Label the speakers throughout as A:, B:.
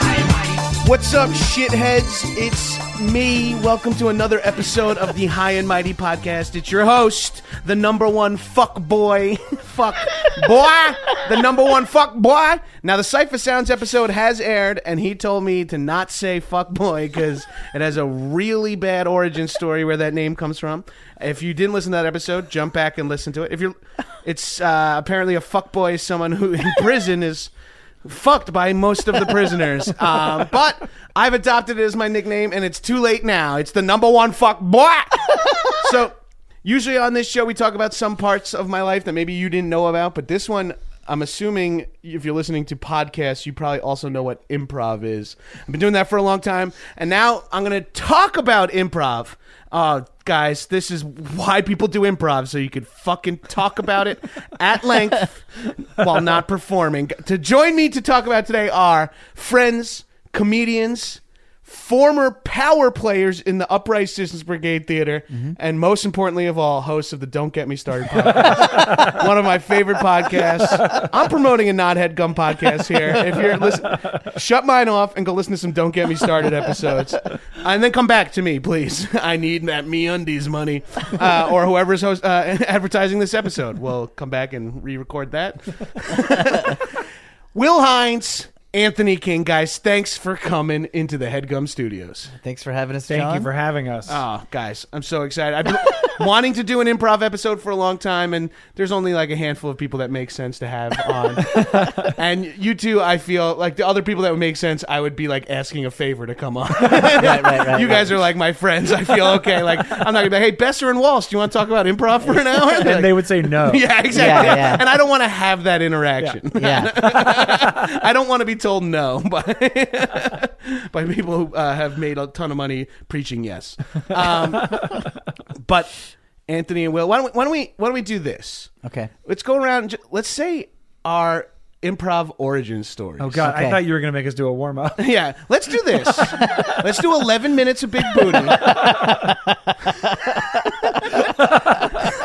A: I am mighty.
B: What's up, shitheads? It's me. Welcome to another episode of the High and Mighty podcast. It's your host, the number one fuck boy, fuck boy, the number one fuck boy. Now, the Cipher Sounds episode has aired, and he told me to not say fuck boy because it has a really bad origin story where that name comes from. If you didn't listen to that episode, jump back and listen to it. If you're, it's uh, apparently a fuck boy is someone who in prison is fucked by most of the prisoners. um, but I've adopted it as my nickname, and it's too late now. It's the number one fuck boy. so usually on this show, we talk about some parts of my life that maybe you didn't know about, but this one. I'm assuming if you're listening to podcasts, you probably also know what improv is. I've been doing that for a long time, and now I'm going to talk about improv. Oh, guys, this is why people do improv so you could fucking talk about it at length while not performing. To join me to talk about today are friends, comedians, former power players in the Upright Citizens Brigade Theater, and most importantly of all, hosts of the Don't Get Me Started podcast. One of my favorite podcasts. I'm promoting a Nod Head Gum podcast here. If you're listen, shut mine off and go listen to some Don't Get Me Started episodes, and then come back to me, please. I need that Me Undies money, uh, or whoever's host, uh, advertising this episode. We'll come back and re-record that. Will Hines, Anthony King, guys, thanks for coming into the Headgum Studios.
C: Thanks for having us,
D: Thank
C: John.
D: you for having us.
B: Oh, guys, I'm so excited. I've been wanting to do an improv episode for a long time, and there's only like a handful of people that make sense to have on. and you two, I feel like the other people that would make sense, I would be like asking a favor to come on.
C: right, right,
B: you guys are like my friends. I feel okay. Like, I'm not going to be like, hey, Besser and Walsh, do you want to talk about improv for an hour?
D: and they would say no.
B: yeah, exactly.
C: Yeah, yeah.
B: And I don't want to have that interaction.
C: yeah,
B: I don't want to be told no by by people who uh, have made a ton of money preaching yes. Um, but Anthony and Will, why don't, we, why don't we why don't we do this?
C: okay.
B: Let's go around. And ju- let's say our improv origin stories.
D: Oh God,
C: Okay.
D: I thought you were gonna make us do a warm up.
B: Yeah, let's do this. let's do 11 minutes of Big Booty.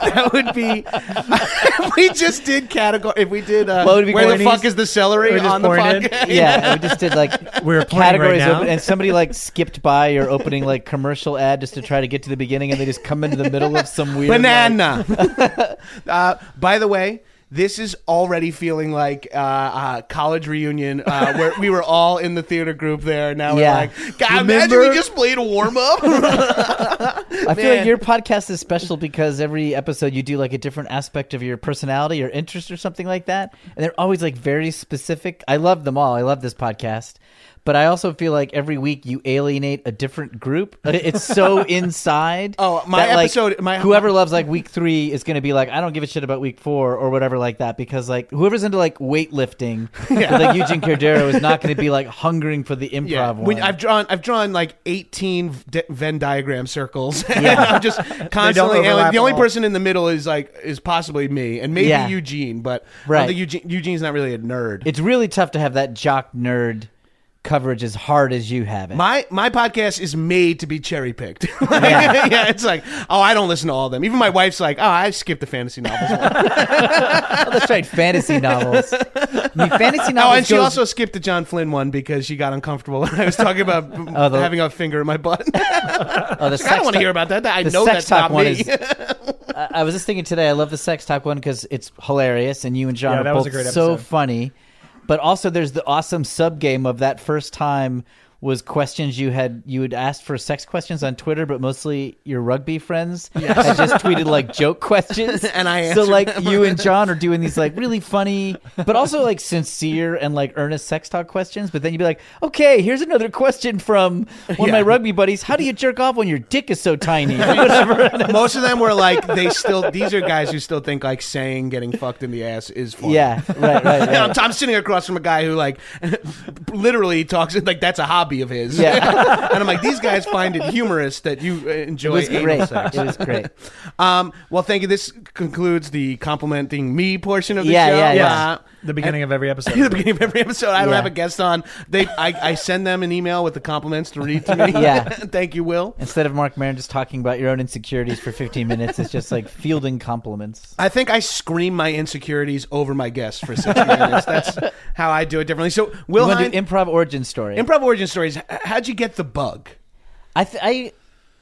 B: that would be. if we just did category. If we did. Uh,
C: What would be
B: where the
C: Gordy's?
B: fuck is the celery
D: We're just
B: on the
D: pointed.
B: podcast?
C: Yeah, we just did like
D: We were playing
C: categories
D: right now.
C: open, and somebody like skipped by your opening like commercial ad just to try to get to the beginning, and they just come into the middle of some weird like-
B: banana. uh, by the way, this is already feeling like uh, uh, college reunion uh, where we were all in the theater group there. Now
C: Yeah.
B: we're like, God, imagine we
C: Remember-
B: just played a warm up.
C: I feel
B: Man.
C: like your podcast is special because every episode you do like a different aspect of your personality or interest or something like that, and they're always like very specific. I love them all. I love this podcast, But I also feel like every week you alienate a different group. It's so inside.
E: Oh, my
C: that, like,
E: episode- my-
C: whoever loves like week three is going to be like, I don't give a shit about week four or whatever like that because like whoever's into like weightlifting, with, like Eugene Cordero is not going to be like hungering for the improv
E: Yeah,
C: one.
E: When- I've drawn I've drawn like eighteen d- Venn diagram circles. I'm just
D: overlap
E: constantly alien.
D: at
E: the only
D: all.
E: person in the middle is like is possibly me and maybe
C: Yeah.
E: Eugene, but I
C: Right.
E: don't think Eugene, Eugene's not really a nerd.
C: it's really tough to have that jock nerd coverage as hard as you have it.
E: my my podcast is made to be cherry picked. yeah. it's like oh I don't listen to all of them. Even my wife's like oh I skipped the fantasy novels. one."
C: oh, that's right, fantasy novels. I mean, fantasy novels.
E: oh, and she
C: goes-
E: also skipped the John Flynn one because she got uncomfortable when I was talking about
C: Oh, the-
E: having a finger in my butt.
C: oh, the
E: I don't
C: sex
E: want to
C: talk-
E: hear about that. I
C: the
E: know
C: sex
E: that's
C: talk
E: not
C: one
E: me.
C: is- I, I was just thinking today. I love the sex talk one because it's hilarious, and you and John
D: Yeah,
C: are
D: that was a
C: both
D: great
C: so
D: episode.
C: funny. But also, there's the awesome sub game of that first time was questions you had you had asked for sex questions on Twitter, but mostly your rugby friends had just tweeted like joke questions,
E: And I
C: so
E: answered
C: like
E: them.
C: you and John are doing these like really funny, but also like sincere and like earnest sex talk questions. But then you'd be like, okay, here's another question from one of my
E: Yeah.
C: rugby buddies: How do you jerk off when your dick is so tiny? Or whatever.
E: Most of them were like, they still. These are guys who still think like saying getting fucked in the ass is funny.
C: Yeah, right, right. right.
E: I'm, I'm sitting across from a guy who like literally talks like that's a hobby of his.
C: Yeah.
E: and I'm like, these guys find it humorous that you uh, enjoy
C: It was
E: anal
C: great.
E: sex.
C: It was great.
E: Um, well, thank you. This concludes the complimenting me portion of the
C: Yeah,
E: show.
C: yeah, yeah.
E: Uh,
D: The beginning of every episode.
E: the beginning of every episode. I don't
C: Yeah.
E: have a guest on. They, I, I send them an email with the compliments to read to me.
C: Yeah.
E: thank you, Will.
C: Instead of Mark Maron just talking about your own insecurities for 15 minutes, it's just like fielding compliments.
E: I think I scream my insecurities over my guests for 60 minutes. That's how I do it differently. So,
C: You
E: Will
C: want to
E: Hine,
C: do improv origin story?
E: improv origin stories. h- How'd you get the bug?
C: I, th- I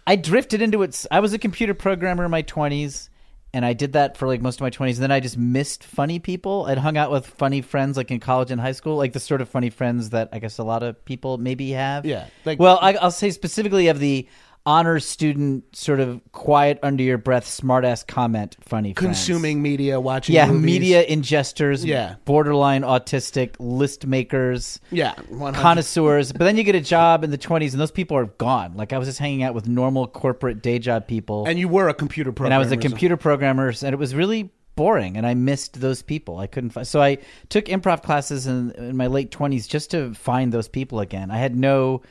C: I drifted into it. s- I was a computer programmer in my 20s, and I did that for like most of my 20s. And then I just missed funny people. I'd hung out with funny friends like in college and high school, like the sort of funny friends that I guess a lot of people maybe have.
E: Yeah, like-
C: well, I, I'll say specifically of the honor student, sort of quiet, under your breath, smartass comment, funny friends.
E: Consuming media, watching
C: yeah
E: movies.
C: media ingesters
E: Yeah.
C: borderline autistic list makers
E: Yeah,
D: Uh-huh.
E: 100.
C: connoisseurs but then you get a job in the 20s and those people are gone like i was just hanging out with normal corporate day job people
E: And you were a computer programmer.
C: and i was a
E: so-
C: computer programmer and it was really boring and i missed those people i couldn't find so i took improv classes in, in my late 20s just to find those people again i had no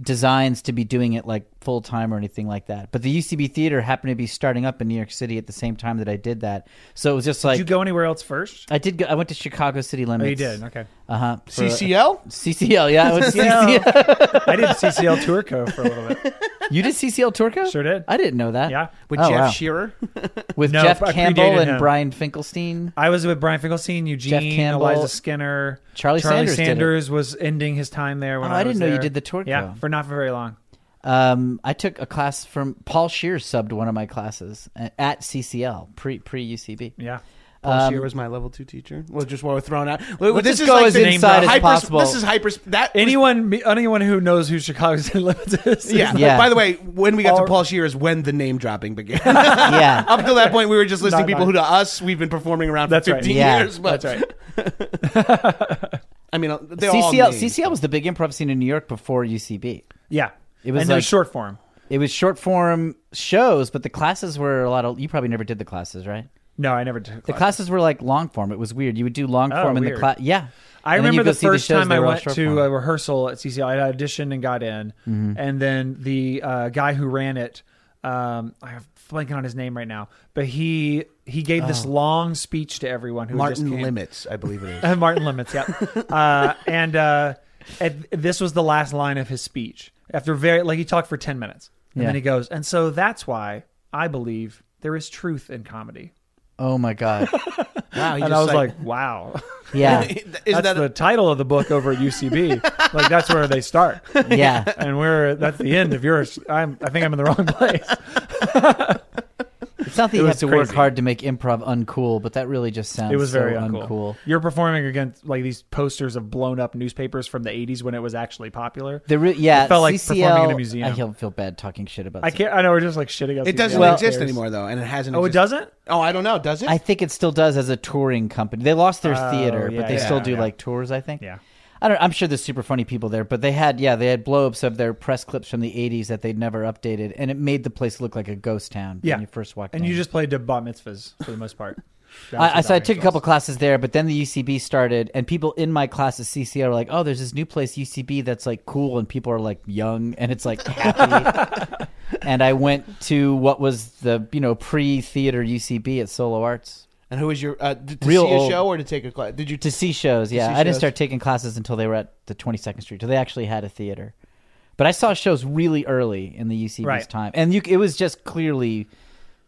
C: designs to be doing it like full time or anything like that but the ucb theater happened to be starting up in new york city at the same time that i did that so it was just like
D: Did you go anywhere else first?
C: I did. Go, I went to Chicago City
D: Oh,
C: Limits.
D: you did. Okay.
C: Uh huh.
E: CCL?
C: CCL. Yeah, I went to CCL.
D: I did CCL Tourco for a little bit.
C: You did CCL Turco?
D: Sure did.
C: I didn't know that.
D: Yeah.
E: With
C: Oh,
E: Jeff
C: wow.
E: Shearer?
C: With
D: No,
C: Jeff
D: I predated
C: Campbell and
D: him.
C: Brian Finkelstein.
D: I was with Brian Finkelstein, Eugene,
C: Campbell,
D: Eliza Skinner,
C: Charlie Sanders did it.
D: Sanders was ending his time there. When
C: Oh, I didn't
D: was
C: know you
D: there.
C: did the Tourco.
D: Yeah, for not for very long.
C: Um, I took a class from Paul Shear subbed one of my classes a- at CCL pre pre UCB.
D: Yeah,
E: Paul
C: Um,
E: Shearer was my level two teacher. Well, just what we're throwing out.
C: Let's just go as
E: the
C: inside as
E: hyper-
C: possible.
E: This is hyper. That was-
D: anyone me- anyone who knows who Chicago City Limits is.
E: Yeah.
C: Yeah.
E: By the way, when we got to
D: Or-
E: Paul Shearer is when the name dropping began.
C: yeah.
E: Up until that point, we were just listing
D: Not
E: people who,
D: mine.
E: to us, we've been performing around
D: That's
E: for
D: right.
E: 15
C: Yeah.
E: years. But
D: that's right.
E: I mean, they all
C: CCL
E: named.
C: CCL was the big improv scene in New York before UCB.
D: Yeah,
C: It was
D: and there's
C: like-
D: short form.
C: It was short form shows, but the classes were a lot of. You probably never did the classes, right?
D: No, I never took
C: The
D: class.
C: classes were like long form. It was weird. You would do long
D: Oh,
C: form in the
D: weird.
C: class. Yeah.
D: I
C: And then you
D: remember
C: go
D: the
C: see these
D: first
C: shows,
D: time
C: they
D: I
C: were all
D: went
C: short
D: to uh,
C: form. Mm-hmm.
D: a rehearsal at CCL. I auditioned and got in, and then the uh, guy who ran it, um, I'm blanking on his name right now, but he he gave this
C: Oh.
D: long speech to everyone who just
E: Martin
D: came.
E: Limits, I believe it is.
D: Uh, Martin Limits, yeah. uh, and uh, at, this was the last line of his speech. After very, like, he talked for 10 minutes. And
C: Yeah.
D: then he goes, and so that's why I believe there is truth in comedy.
C: Oh my god.
E: wow,
D: And I was like, wow.
C: Yeah.
E: is
D: that's
E: that
D: the title of the book over at UCB. like, that's where they start.
C: Yeah.
D: And we're, that's the end of yours. I'm, I think I'm in the wrong place.
C: It's not that
D: It
C: you have
D: was
C: to work
D: crazy.
C: hard to make improv uncool, but that really just sounds
D: It was very
C: so
D: uncool.
C: uncool.
D: You're performing against, like, these posters of blown up newspapers from the 80s when it was actually popular.
C: The re- yeah,
D: It felt like
C: CCL,
D: performing in a museum.
C: I don't feel bad talking shit about.
D: I
C: CCL.
D: can't, I know we're just like shitting up.
E: it doesn't
C: Well-
E: exist anymore, though, and it hasn't.
D: Oh, it
E: existed-
D: doesn't?
E: Oh, I don't know. Does it?
C: I think it still does as a touring company. They lost their
D: Oh,
C: theater,
D: yeah,
C: but they
D: yeah,
C: still
D: yeah,
C: do
D: yeah.
C: like tours. I think.
D: Yeah.
C: I don't. I'm sure there's super funny people there, but they had yeah they had blowups of their press clips from the '80s that they'd never updated, and it made the place look like a ghost town
D: Yeah.
C: when you first walked.
D: and
C: in.
D: you just played to bat mitzvahs for the most part. That was
C: I, I-
D: what
C: so I
D: that
C: took a
D: was.
C: couple classes there, but then the UCB started, and people in my class at CCR were like, "Oh, there's this new place UCB that's like cool, and people are like young, and it's like happy." and I went to what was the you know pre theater UCB at Solo Arts
E: And who was your uh, d- to
C: Real
E: see a
C: old.
E: show or to take a class? Did you
C: to see shows. Yeah,
E: see
C: I didn't
E: shows.
C: start taking classes until they were at the 22nd Street, till they actually had a theater. But I saw shows really early in the UCB's
D: Right.
C: time, and you, c- it was just clearly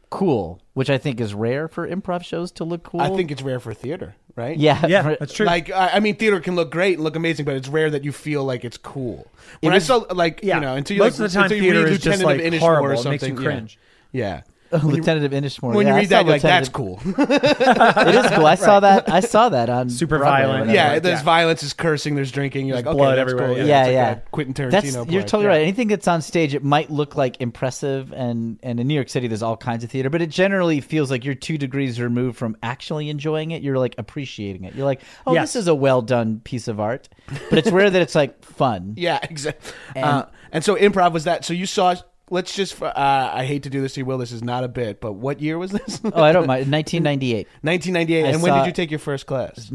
C: cool, which I think is rare for improv shows to look cool.
E: I think it's rare for theater, right?
C: yeah,
D: Yeah, that's true.
E: Like I, I mean, theater can look great and look amazing, but it's rare that you feel like it's cool. When
C: was-
E: I saw like
D: yeah.
E: you know until you
D: Most
E: like,
D: of the time
E: until you
D: theater
E: read
D: is just,
E: Lieutenant
D: like,
E: of Inishmore
D: horrible.
E: or
D: It
E: something,
D: makes you
E: yeah.
D: cringe.
E: Yeah.
C: Lieutenant of Inishmore.
E: When
C: Oh, yeah,
E: you
C: I
E: read
C: saw
E: that, you're like,
C: Lieutenant
E: that's
C: of-
E: cool.
C: It is cool. I saw that. I saw that on
D: Super
C: Broadway or
D: violent.
C: whatever.
E: yeah,
D: like,
E: there's
D: yeah.
E: violence, there's cursing, there's drinking. You're like, okay, that's
D: blood everywhere,
E: cool.
D: yeah.
C: Yeah,
E: it's like
C: yeah.
E: a Quentin Tarantino.
C: That's you're
E: play.
C: totally
E: Yeah.
C: right. Anything that's on stage, it might look like impressive, and and in New York City, there's all kinds of theater, but it generally feels like you're two degrees removed from actually enjoying it. You're like appreciating it. You're like, oh,
D: Yes.
C: this is a well done piece of art, but it's rare that it's like fun.
E: Yeah, exactly. And, uh, and so improv was that. So you saw. Let's just. Uh, I hate to do this to you, Will. This is not a bit. But what year was this?
C: Oh, I don't mind. 1998,
E: 1998.
C: I
E: and when
C: saw-
E: did you take your first class?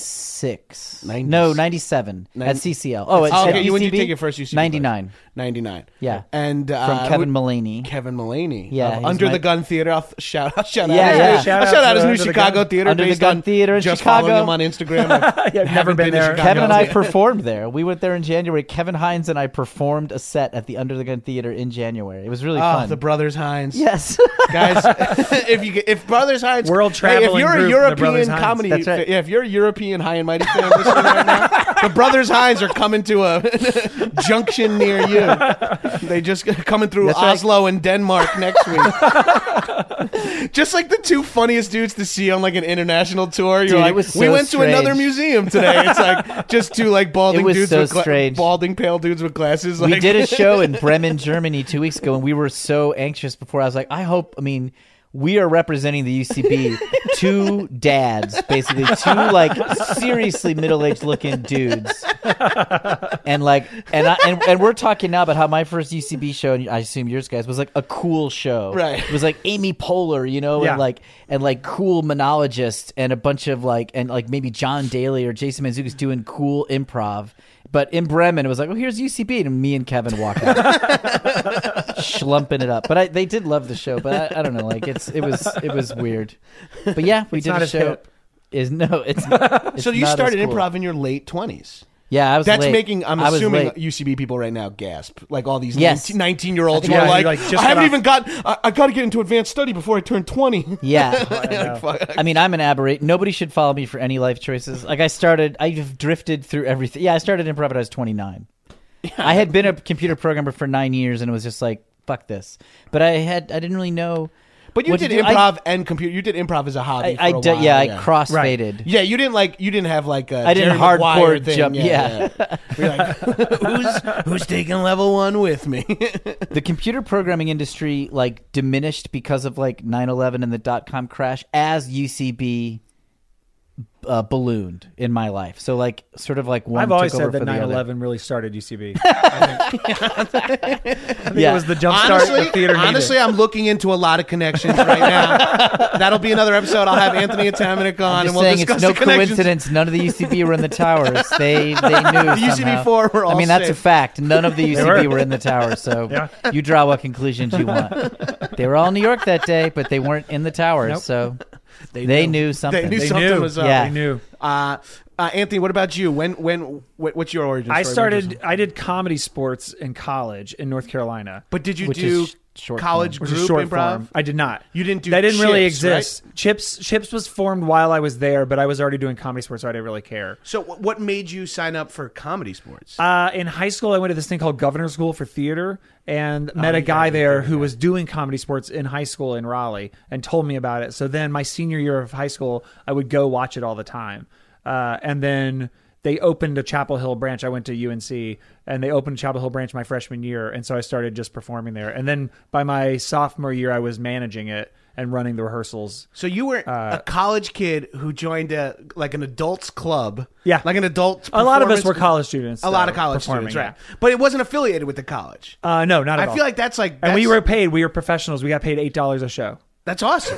C: 96,
E: Ninety-
C: no, 97 at
E: Ninety-
C: CCL. Oh, at,
E: Oh,
C: at
E: okay. You, when did you
C: UCB?
E: take your first UCB? class?
C: 99
E: 99.
C: Yeah.
E: And uh,
C: from
E: w-
C: Kevin Mullaney.
E: Kevin Mullaney.
C: Yeah,
E: of
C: he's
E: Under
C: my-
E: the Gun Theater. I'll th- shout out. Shout
C: Yeah,
E: out. his
C: yeah.
E: new-
D: Shout
E: I'll shout
D: out
E: out his
D: to
E: new
D: Under the
E: Chicago
D: Gun-
E: Theater.
C: Under the
E: based
C: Gun
E: on
C: Theater in
E: just
C: Chicago.
E: following him on Instagram. I've
D: Yeah, I've never been there.
E: Chicago.
C: Kevin and I
E: Yeah.
C: performed there. We went there in January. Kevin Hines and I performed a set at the Under the Gun Theater in January. It was really
E: Oh,
C: fun.
E: the Brothers Hines.
C: yes.
E: guys. if you get- if Brothers Hines
D: World
E: hey, if
D: traveling
E: you're
D: group,
E: a
D: the
E: European
D: Brothers Hines.
E: comedy,
C: That's right.
E: fa- yeah, if you're a European high and mighty fan listening right now, the Brothers Hines are coming to a junction near you. They just coming through
C: That's right.
E: Oslo and Denmark next week. just like the two funniest dudes to see on like an international tour. You're
C: Dude, it
E: like,
C: was
E: we
C: so
E: went to another
C: strange.
E: museum today. It's like just two like balding
C: It was
E: dudes
C: so
E: with gla-
C: strange.
E: balding pale dudes with glasses. Like,
C: we did a show in Bremen, Germany two weeks ago, and we were so anxious before. I was like, I hope, I mean, we are representing the UCB. two dads, basically, two like seriously middle aged looking dudes. And like, and, I, and and we're talking now about how my first UCB show, and I assume yours guys, was like a cool show.
E: Right.
C: It was like Amy Poehler, you know,
D: Yeah.
C: and like and like cool monologists and a bunch of like and like maybe John Daly or Jason Manzukas doing cool improv. But in Bremen, it was like, oh, here's UCB, and me and Kevin walk out, schlumping it up. But I, they did love the show. But I, I don't know, like it's it was it was weird. But yeah, we
D: It's
C: did
D: not
C: a
D: as
C: show.
D: hip.
C: Is no, it's, it's
E: so you
C: not as
E: started
C: cool.
E: improv in your late twenties.
C: Yeah, I was.
E: That's
C: late.
E: making. I'm
C: I was
E: assuming
C: late.
E: UCB people right now gasp. Like all these
C: Yes.
E: 19, year olds
D: I
E: who
D: think
E: are
D: yeah,
E: like,
D: you, like,
E: I
D: just
E: haven't
D: got
E: even got. I, I got to get into advanced study before I turn 20.
C: Yeah,
D: Yeah.
C: I mean, I'm an aberrate. Nobody should follow me for any life choices. Like I started, I've drifted through everything. Yeah, I started improv when I was 29. I had been a computer programmer for nine years, and it was just like, fuck this. But I had, I didn't really know.
E: But you
C: what to
E: did
C: do. I-
E: improv and computer. You did improv as a
C: I,
E: hobby.
C: I
E: for a
C: did-
E: while,
C: yeah, I
E: yeah.
C: crossfaded.
E: Yeah, you didn't like. You didn't have like I
C: I didn't hardcore jump- yeah.
E: who's who's taking level one with me?
C: the computer programming industry like diminished because of like 9-11 and the dot-com crash as ucb uh, ballooned in my life so like sort of like one
D: I've always
C: took over
D: said that
C: for the other.
D: 9/11 really started UCB. I think, I think
C: Yeah.
D: it was the jump start the
E: honestly,
D: theater needed.
E: honestly, I'm looking into a lot of connections right now. That'll be another episode. I'll have Anthony Atamanik on, and
C: I'm just
E: we'll
C: saying
E: discuss
C: it's no
E: the connections.
C: coincidence none of the UCB were in the towers. They they knew the
E: UCB4 were all
C: I mean that's a
E: safe.
C: fact. None of the UCB were.
D: were.
C: in the tower, so you draw what conclusions you want. they were all in New York that day, but they weren't in the towers,
D: Nope.
C: so they, knew something.
E: They knew
D: They
E: something
D: knew.
E: was up.
C: Yeah.
D: I knew.
E: Uh, uh, Anthony, what about you? When when what, what's your origin?
D: I
E: story?
D: started. I did comedy sports in college in North Carolina,
E: but did you
C: Which
E: do
C: is sh- short
E: college
D: which
E: group
D: is short
E: improv?
D: form. I did not.
E: You didn't do
D: That didn't really
E: Chips, right?
D: exist. Chips. Chips was formed while I was there, but I was already doing comedy sports, so I didn't really care.
E: So wh- what made you sign up for comedy sports?
D: Uh, in high school, I went to this thing called Governor's School for Theater and
E: Oh,
D: met a guy there who was doing comedy sports in high school in Raleigh and told me about it. So then, my senior year of high school, I would go watch it all the time. Uh, and then they opened a Chapel Hill branch. I went to UNC and they opened a Chapel Hill branch my freshman year. And so I started just performing there. And then by my sophomore year, I was managing it. and running the rehearsals.
E: So you were
D: uh,
E: a college kid who joined a like an adults club.
D: Yeah.
E: like an adult.
D: A lot of us
E: performance-
D: were college students.
E: A lot
D: though,
E: of college
D: performing,
E: students, right? But it wasn't affiliated with the college.
D: yeah. Uh, no, not at
E: I
D: all.
E: feel like that's like that's,
D: and we were paid. We were professionals. We got paid eight dollars a show.
E: that's awesome.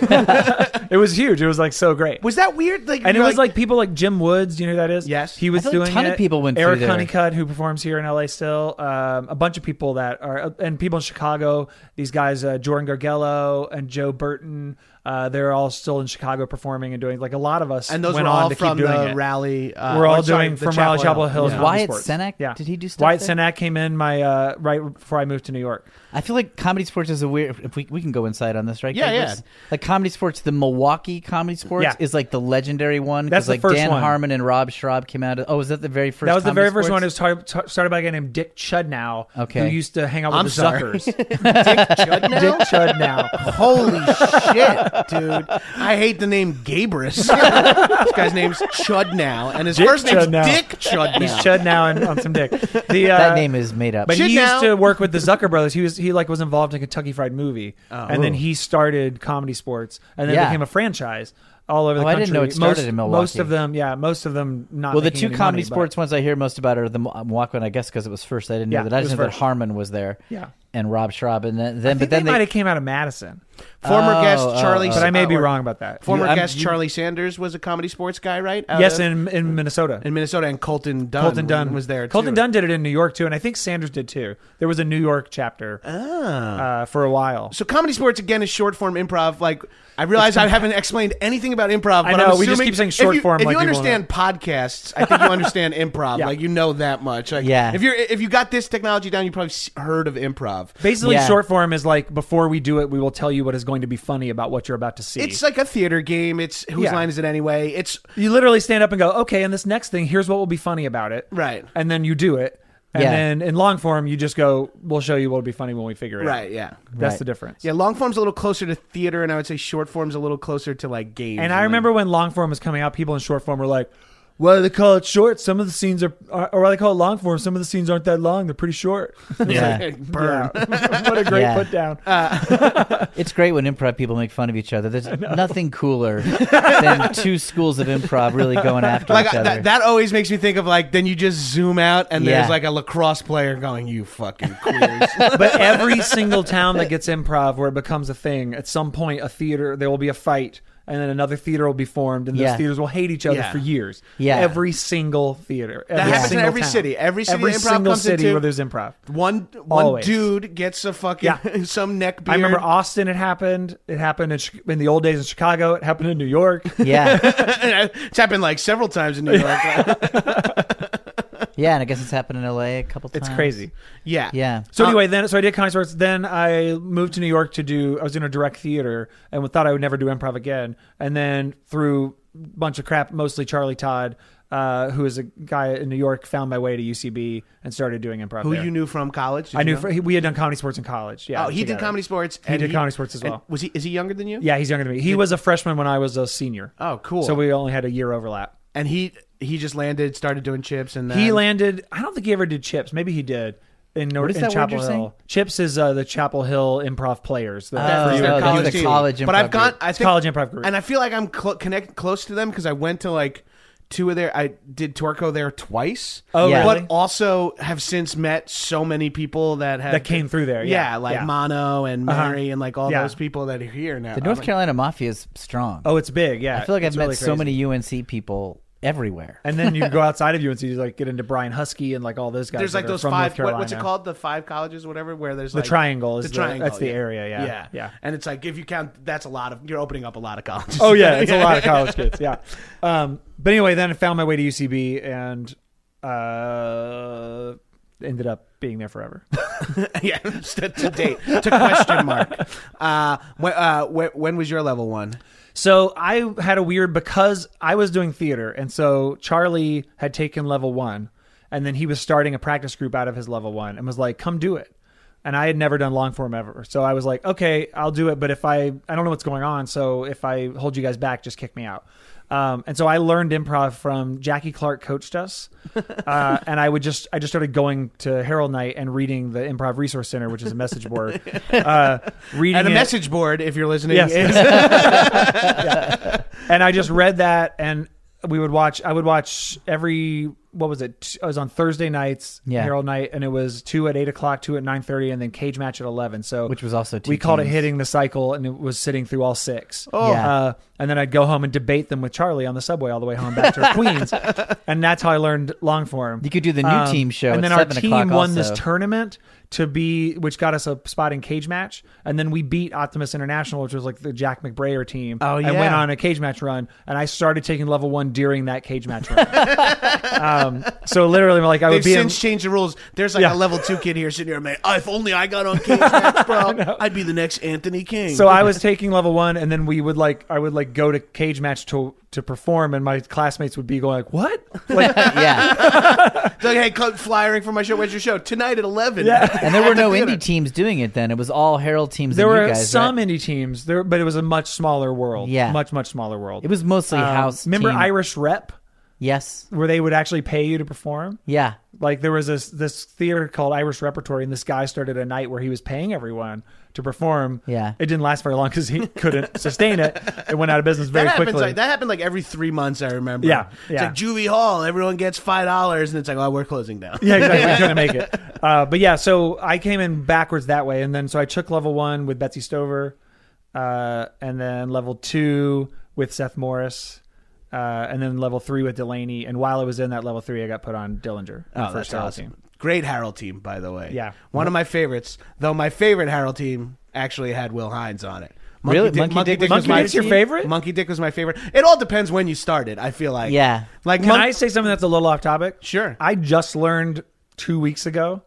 D: It was huge. It was like so great.
E: was that weird? Like
D: and it
E: you're
D: was like people like Jim Woods, you know who that is?
E: Yes.
D: he was
C: I feel
D: doing
C: like a ton
D: it.
C: of people went
D: Eric
C: through there.
D: Honeycutt, who performs here in LA still, um, a bunch of people that are uh, and people in Chicago. These guys, uh, Jordan Gargello and Joe Burton, uh, they're all still in Chicago performing and doing like a lot of us.
E: and those
D: went
E: were
D: on
E: all
D: to
E: from
D: keep doing
E: the
D: it.
E: rally. Uh,
D: We're all
E: or, sorry,
D: doing
E: the
D: from Rally Chapel Hills.
E: Yeah.
D: Wellness
C: Wyatt
D: Sports.
C: Cenac?
D: yeah.
C: Did he do stuff
D: Wyatt
C: there?
D: Cenac came in my uh, right before I moved to New York.
C: I feel like comedy sports is a weird. If we, we can go inside on this, right?
E: Yeah,
C: Douglas?
E: yeah.
C: Like comedy sports, the Milwaukee comedy sports
D: Yeah.
C: is like the legendary one. 'cause,
D: That's the
C: like
D: first
C: Dan
D: one.
C: Harmon and Rob Schraub came out. Of, oh, was that the very first?
D: That was the
C: comedy
D: very first
C: sports?
D: one. It was tar- tar- started by a guy named Dick Chudnow,
C: Okay.
D: who used to hang out with
E: I'm
D: the
E: sorry.
D: Zuckers.
E: Chudnow?
D: Dick Chudnow.
E: Holy shit, dude! I hate the name Gabrus. this guy's name's Chud now, and his
D: Dick
E: first name's
D: Chudnow.
E: Dick Chud
D: He's
E: now.
D: Chud now and on some dick. The, uh,
C: That name is made up.
D: But
E: Chud
D: he
E: now.
D: used to work with the Zucker brothers. He was he like was involved in Kentucky Fried Movie, and then he started Comedy Sports, and then
C: Oh. Yeah.
D: it became a franchise all over the
C: Oh, I
D: country.
C: didn't know it started
D: most,
C: in
D: Most
C: Milwaukee.
D: of them, yeah, most of them. Not
C: well, the
D: making
C: two
D: any
C: comedy
D: money, but-
C: sports ones I hear most about are the Mo- Milwaukee one, I guess, because it was first. I didn't
D: Yeah,
C: know that. I
D: it
C: just
D: was
C: know that
D: first.
C: Harmon was there.
D: Yeah.
C: And Rob Schraub, and then,
D: I
C: then
D: think
C: but then
D: they,
C: they,
D: might have came out of Madison,
E: Former
C: Oh,
E: guest
C: oh,
E: Charlie,
C: oh.
D: but I may be
E: uh, or-
D: wrong about that.
E: Former
C: I'm-
E: guest
C: you-
E: Charlie Sanders was a comedy sports guy, right? Out
D: yes,
E: of-
D: in in Minnesota.
E: in Minnesota, and Colton Dunn.
D: Colton Dunn
E: was there.
D: Colton
E: too.
D: Dunn did it in New York too, and I think Sanders did too. There was a New York chapter uh, for a while.
E: Ah. So comedy sports again is short form improv. Like I realize I haven't explained anything about improv.
D: I
E: But
D: know,
E: I'm
D: we just
E: assuming-
D: keep saying
E: if
D: short
E: you-
D: form
E: If
D: like
E: you
D: people
E: understand podcasts, I think you understand improv.
D: Yeah.
E: Like you know that much. Like,
C: Yeah.
E: If you're if you got this technology down, you probably s- heard of improv.
D: Basically,
C: Yeah.
D: short form is like before we do it, we will tell you what is going to be funny about what you're about to see.
E: It's uh, like a theater game. It's whose
D: Yeah.
E: line is it anyway? It's
D: you literally stand up and go, okay, and this next thing, here's what will be funny about it,
E: Right.
D: And then you do it, and
C: Yeah.
D: then in long form, you just go, we'll show you what'll be funny when we figure it out.
E: right. Yeah.
D: That's
C: Right.
D: the difference.
E: Yeah. Long form's a little closer to theater, and I would say short form's a little closer to like games.
D: And I remember when long form was coming out, people in short form were like, "Why do they call it short? Some of the scenes are, are or why they call it long form? Some of the scenes aren't that long; they're pretty short."
C: yeah,
E: burn.
D: Yeah. what a great
C: Yeah.
D: put down.
C: It's great when improv people make fun of each other. There's nothing cooler than two schools of improv really going after
E: like
C: each
E: I-
C: other.
E: that, that always makes me think of like then you just zoom out and
C: Yeah.
E: there's like a lacrosse player going you fucking queers
D: but every single town that gets improv where it becomes a thing, at some point a theater there will be a fight and then another theater will be formed and those
C: Yeah.
D: theaters will hate each other
E: Yeah.
D: for years.
C: Yeah.
D: Every single theater. Every
E: happens in
D: single
E: every
D: town.
E: city. Every city
D: Every
E: improv
D: single
E: comes
D: city
E: into-
D: where there's improv.
E: one one
D: Always.
E: dude gets a fucking
D: Yeah.
E: some neck beard
D: I remember Austin it happened. It happened in, Chi- in the old days in Chicago. It happened in New York.
C: yeah,
E: it's happened like several times in New York
C: yeah, and I guess it's happened in LA a couple times.
D: It's crazy.
E: yeah
C: Yeah.
D: So
E: Uh,
D: anyway, then so I did comedy sports. Then I moved to New York to do. I was in a direct theater and thought I would never do improv again. And then through a bunch of crap, mostly Charlie Todd, uh, who is a guy in New York, found my way to UCB and started doing improv.
E: who
D: there.
E: you knew from college Did
D: I
E: you
D: knew
E: know?
D: fr- he- we had done comedy sports in college. Yeah.
E: oh he did
D: together.
E: comedy sports
D: He did comedy sports as
E: and
D: well.
E: was he is he younger than you
D: Yeah, he's younger than me. He was a freshman when I was a senior.
E: Oh, cool.
D: So we only had a year overlap.
E: and he he just landed started doing chips and then
D: He landed. I don't think he ever did chips. Maybe he did. In, Nor-
C: What is
D: in
C: that word
D: Chapel
C: you're saying?
D: Hill, chips is uh, the Chapel Hill improv players. The-
C: Oh,
E: That's
D: uh, for
E: their
D: you.
C: oh,
E: college
C: the
E: team.
C: college
E: But I've
C: improv
E: gone.
C: group.
E: I
D: It's
E: think,
D: college improv group.
E: and I feel like I'm cl- connect close to them because I went to like two of their. I did Torco there twice.
D: Oh,
C: Yeah.
D: really?
E: But also have since met so many people that have
D: That came through there, yeah.
E: like
D: Yeah. Uh-huh.
E: Mono and Mary and like all
D: Yeah.
E: those people that are here now.
C: The
E: I'm
C: North
E: like-
C: Carolina mafia is strong.
D: Oh, it's big. Yeah,
C: I feel like I've
D: It's
C: met
D: really
C: so
D: crazy.
C: many UNC people everywhere.
D: And then you go outside of UNC, you like get into Brian Husky and like all those guys.
E: There's
D: that
E: like
D: are
E: those
D: from
E: five.
D: North
E: What,
D: Carolina.
E: what's it called? The five colleges, or whatever. Where there's the like,
D: triangle is
E: The
D: the-
E: triangle.
D: that's the
E: yeah.
D: area, yeah.
E: yeah,
D: Yeah.
E: And it's like if you count, that's a lot of. You're opening up a lot of colleges.
D: Oh yeah, it's a lot of college kids. Yeah. Um, but anyway, then I found my way to UCB and uh, ended up being there forever.
E: yeah, just to, to date, to question mark. Uh, when, uh, when, when was your level one?
D: So I had a weird because I was doing theater, and so Charlie had taken level one, and then he was starting a practice group out of his level one, and was like, "Come do it." And I had never done long form ever, so I was like, "Okay, I'll do it." But if I, I don't know what's going on, so if I hold you guys back, just kick me out. Um, and so I learned improv from Jackie Clark coached us, uh, and I would just I just started going to Herald Night and reading the Improv Resource Center, which is a message board. Uh, reading
E: And a
D: it-
E: message board, if you're listening,
D: Yes.
E: is
D: Yeah. And I just read that, and we would watch. I would watch every what was it? T- It was on Thursday nights,
C: Yeah.
D: Herald Night, and it was two at eight o'clock, two at nine thirty, and then cage match at eleven. So
C: Which was also two
D: we called it
C: teams.
D: hitting the cycle, and it was sitting through all six.
C: Oh. Yeah.
D: Uh, and then I'd go home and debate them with Charlie on the subway all the way home back to Queens, and that's how I learned long form.
C: You could do the new
D: Um,
C: team show
D: and
C: at
D: then our
C: 7
D: team
C: o'clock
D: won this
C: also.
D: tournament to be, which got us a spot in cage match, and then we beat Optimus International, which was like the Jack McBrayer team.
E: Oh,
D: and went
E: yeah.
D: on a cage match run, and I started taking level one during that cage match run. um, so literally, like I
E: They've
D: would be in,
E: since changed the rules. There's like a
D: Yeah.
E: level two kid here sitting here, man. "Oh, if only I got on King's Match, bro, I'd be the next Anthony King.
D: so I was taking level one, and then we would like I would like go to cage match to to perform, and my classmates would be going like, "What?" Like
C: yeah,
E: It's like, hey, come flyering for my show. Where's your show tonight at eleven?
D: Yeah.
C: and there were no
E: Theater.
C: indie teams doing it then. It was all Herald teams.
D: there
C: and
D: were
C: you guys,
D: some
C: right?
D: indie teams there, but it was a much smaller world.
C: Yeah.
D: much much smaller world.
C: It was mostly
D: Um,
C: house.
D: Remember
C: team.
D: Irish Rep,
C: Yes.
D: where they would actually pay you to perform.
C: Yeah.
D: Like there was this this theater called Irish Repertory, and this guy started a night where he was paying everyone to perform.
C: Yeah.
D: it didn't last very long because he couldn't sustain it. It went out of business
E: That
D: very
E: happens
D: quickly.
E: like that happened like every three months. I remember.
D: Yeah,
E: It's
D: yeah.
E: like juvie hall. Everyone gets five dollars, and it's like, oh, we're closing down.
D: Yeah, exactly. Couldn't make it. Uh, but yeah, so I came in backwards that way, and then so I took level one with Betsy Stover, uh, and then level two with Seth Morris. Uh, and then level three with Delaney, and while I was in that level three, I got put on Dillinger. the
E: Oh,
D: first
E: that's
D: Herald
E: awesome.
D: team.
E: Great Harold team, by the way.
D: Yeah.
E: One of my favorites, though my favorite Harold team actually had Will Hines on it. Monkey
C: Really? Monkey Dick was
D: Monkey Dick's your
E: team.
D: favorite?
E: Monkey Dick was my favorite. It all depends when you started, I feel like.
C: Yeah.
E: Like
D: Can
E: Mon-
D: I say something that's a little off topic?
E: Sure.
D: I just learned two weeks ago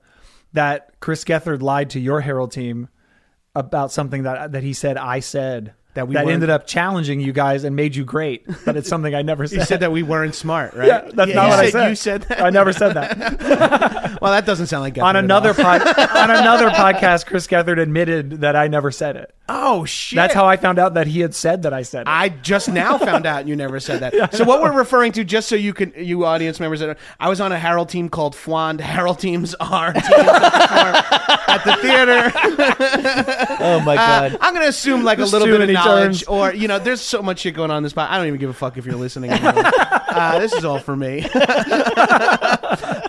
D: that Chris Gethard lied to your Herald team about something that that he said I said
E: That we
D: that
E: weren't-
D: ended up challenging you guys and made you great. But it's something I never said.
E: you said that we weren't smart, right?
D: Yeah, that's not
E: you
D: what I said.
E: You said that.
D: I never said that.
E: Well, that doesn't sound like Gethard
D: on
E: at
D: another
E: all.
D: pod, on another podcast, Chris Gethard admitted that I never said it.
E: Oh shit.
D: That's how I found out that he had said that I said it.
E: I just now found out you never said that. so what we're referring to, just so you can, you audience members, that are- I was on a Harold team called Fwand. Harold teams are teams at the theater.
C: Oh my god.
E: Uh, I'm gonna assume like a
D: There's
E: little
D: too
E: bit of
D: many
E: knowledge,
D: terms.
E: or you know, there's so much shit going on in this pod. I don't even give a fuck if you're listening. uh, this is all for me.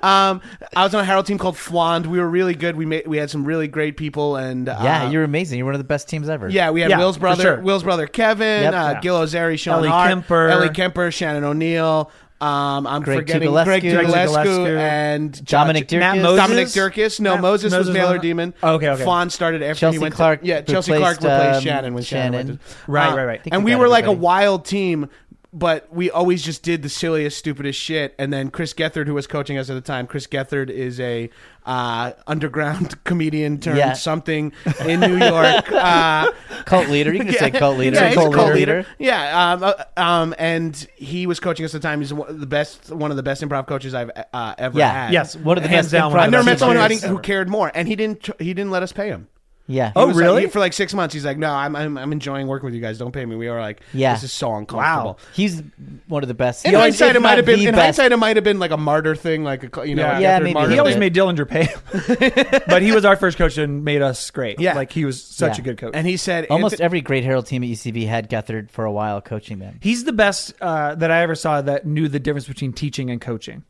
E: um, I was on a Harold team called Fwand. We were really good. We made, we had some really great people, and uh,
C: yeah, you're amazing. You're one of the best teams ever.
E: yeah, we had
D: Yeah,
E: Will's
D: for
E: brother,
D: sure.
E: Will's brother Kevin,
C: Yep.
E: uh,
D: Yeah.
E: Gil Ozeri, Sean
D: Ellie
E: Hart,
D: Kemper.
E: Ellie Kemper, Shannon O'Neill. Um, I'm
C: Greg
E: forgetting
C: Tugalescu.
E: Greg
C: Greg
E: Tugalescu,
D: Tugalescu.
E: and
C: Dominic
E: Judge-
D: Matt
C: Dirkus.
D: Moses?
E: Dominic Dirkus. No,
D: Matt-
E: Moses, was
D: Moses
E: Mailer
D: was-
E: Demon.
D: Oh, okay, okay.
E: Fawn started after
C: Chelsea
E: he went.
C: Clark
E: to, yeah, Chelsea
C: replaced,
E: Clark replaced
C: um,
E: Shannon when Shannon,
C: Shannon.
E: went to, Uh,
D: Right, right, right. I
C: think
E: And
C: we
E: we
C: got
E: were like a
C: everybody.
E: wild team. But we always just did the silliest, stupidest shit. And then Chris Gethard, who was coaching us at the time, Chris Gethard is a uh, underground comedian turned
C: Yeah.
E: something in New York. Uh,
C: Cult leader. You can say cult leader.
E: yeah, he's a cult leader. Yeah, um, uh, um, and he was coaching us at the time. He's one- the best, one of the best improv coaches I've uh, ever
C: Yeah.
E: had.
D: yes,
C: One of the
D: hands
C: best
D: down.
C: improv
D: one of
E: I've never
D: the
E: met
D: best
E: someone who, I
D: teachers
E: didn't, who
D: ever.
E: cared more, and he didn't. tr- He didn't let us pay him.
C: Yeah.
E: He
D: Oh,
E: was like-
D: really?
E: he- for like six months, he's like, "No, I'm, I'm, I'm enjoying working with you guys. Don't pay me." We were like,
C: Yeah.
E: this is so uncomfortable."
C: He's one of the best.
E: In
C: He always-
E: hindsight,
C: if
E: it might
C: not
E: have been.
C: the
E: In
C: best.
E: hindsight, it might have been like a martyr thing, like a cl- you know,
D: Yeah.
E: like a
C: Yeah,
E: third
C: maybe.
E: martyr
D: He always
E: thing.
D: made Dillinger pay, him. but he was our first coach and made us great.
E: Yeah.
D: like he was such
C: Yeah.
D: a good coach.
E: and he said
C: Almost
E: Anthony-
C: every great Herald team at UCB had Gethard for a while coaching them.
D: He's the best uh, that I ever saw that knew the difference between teaching and coaching.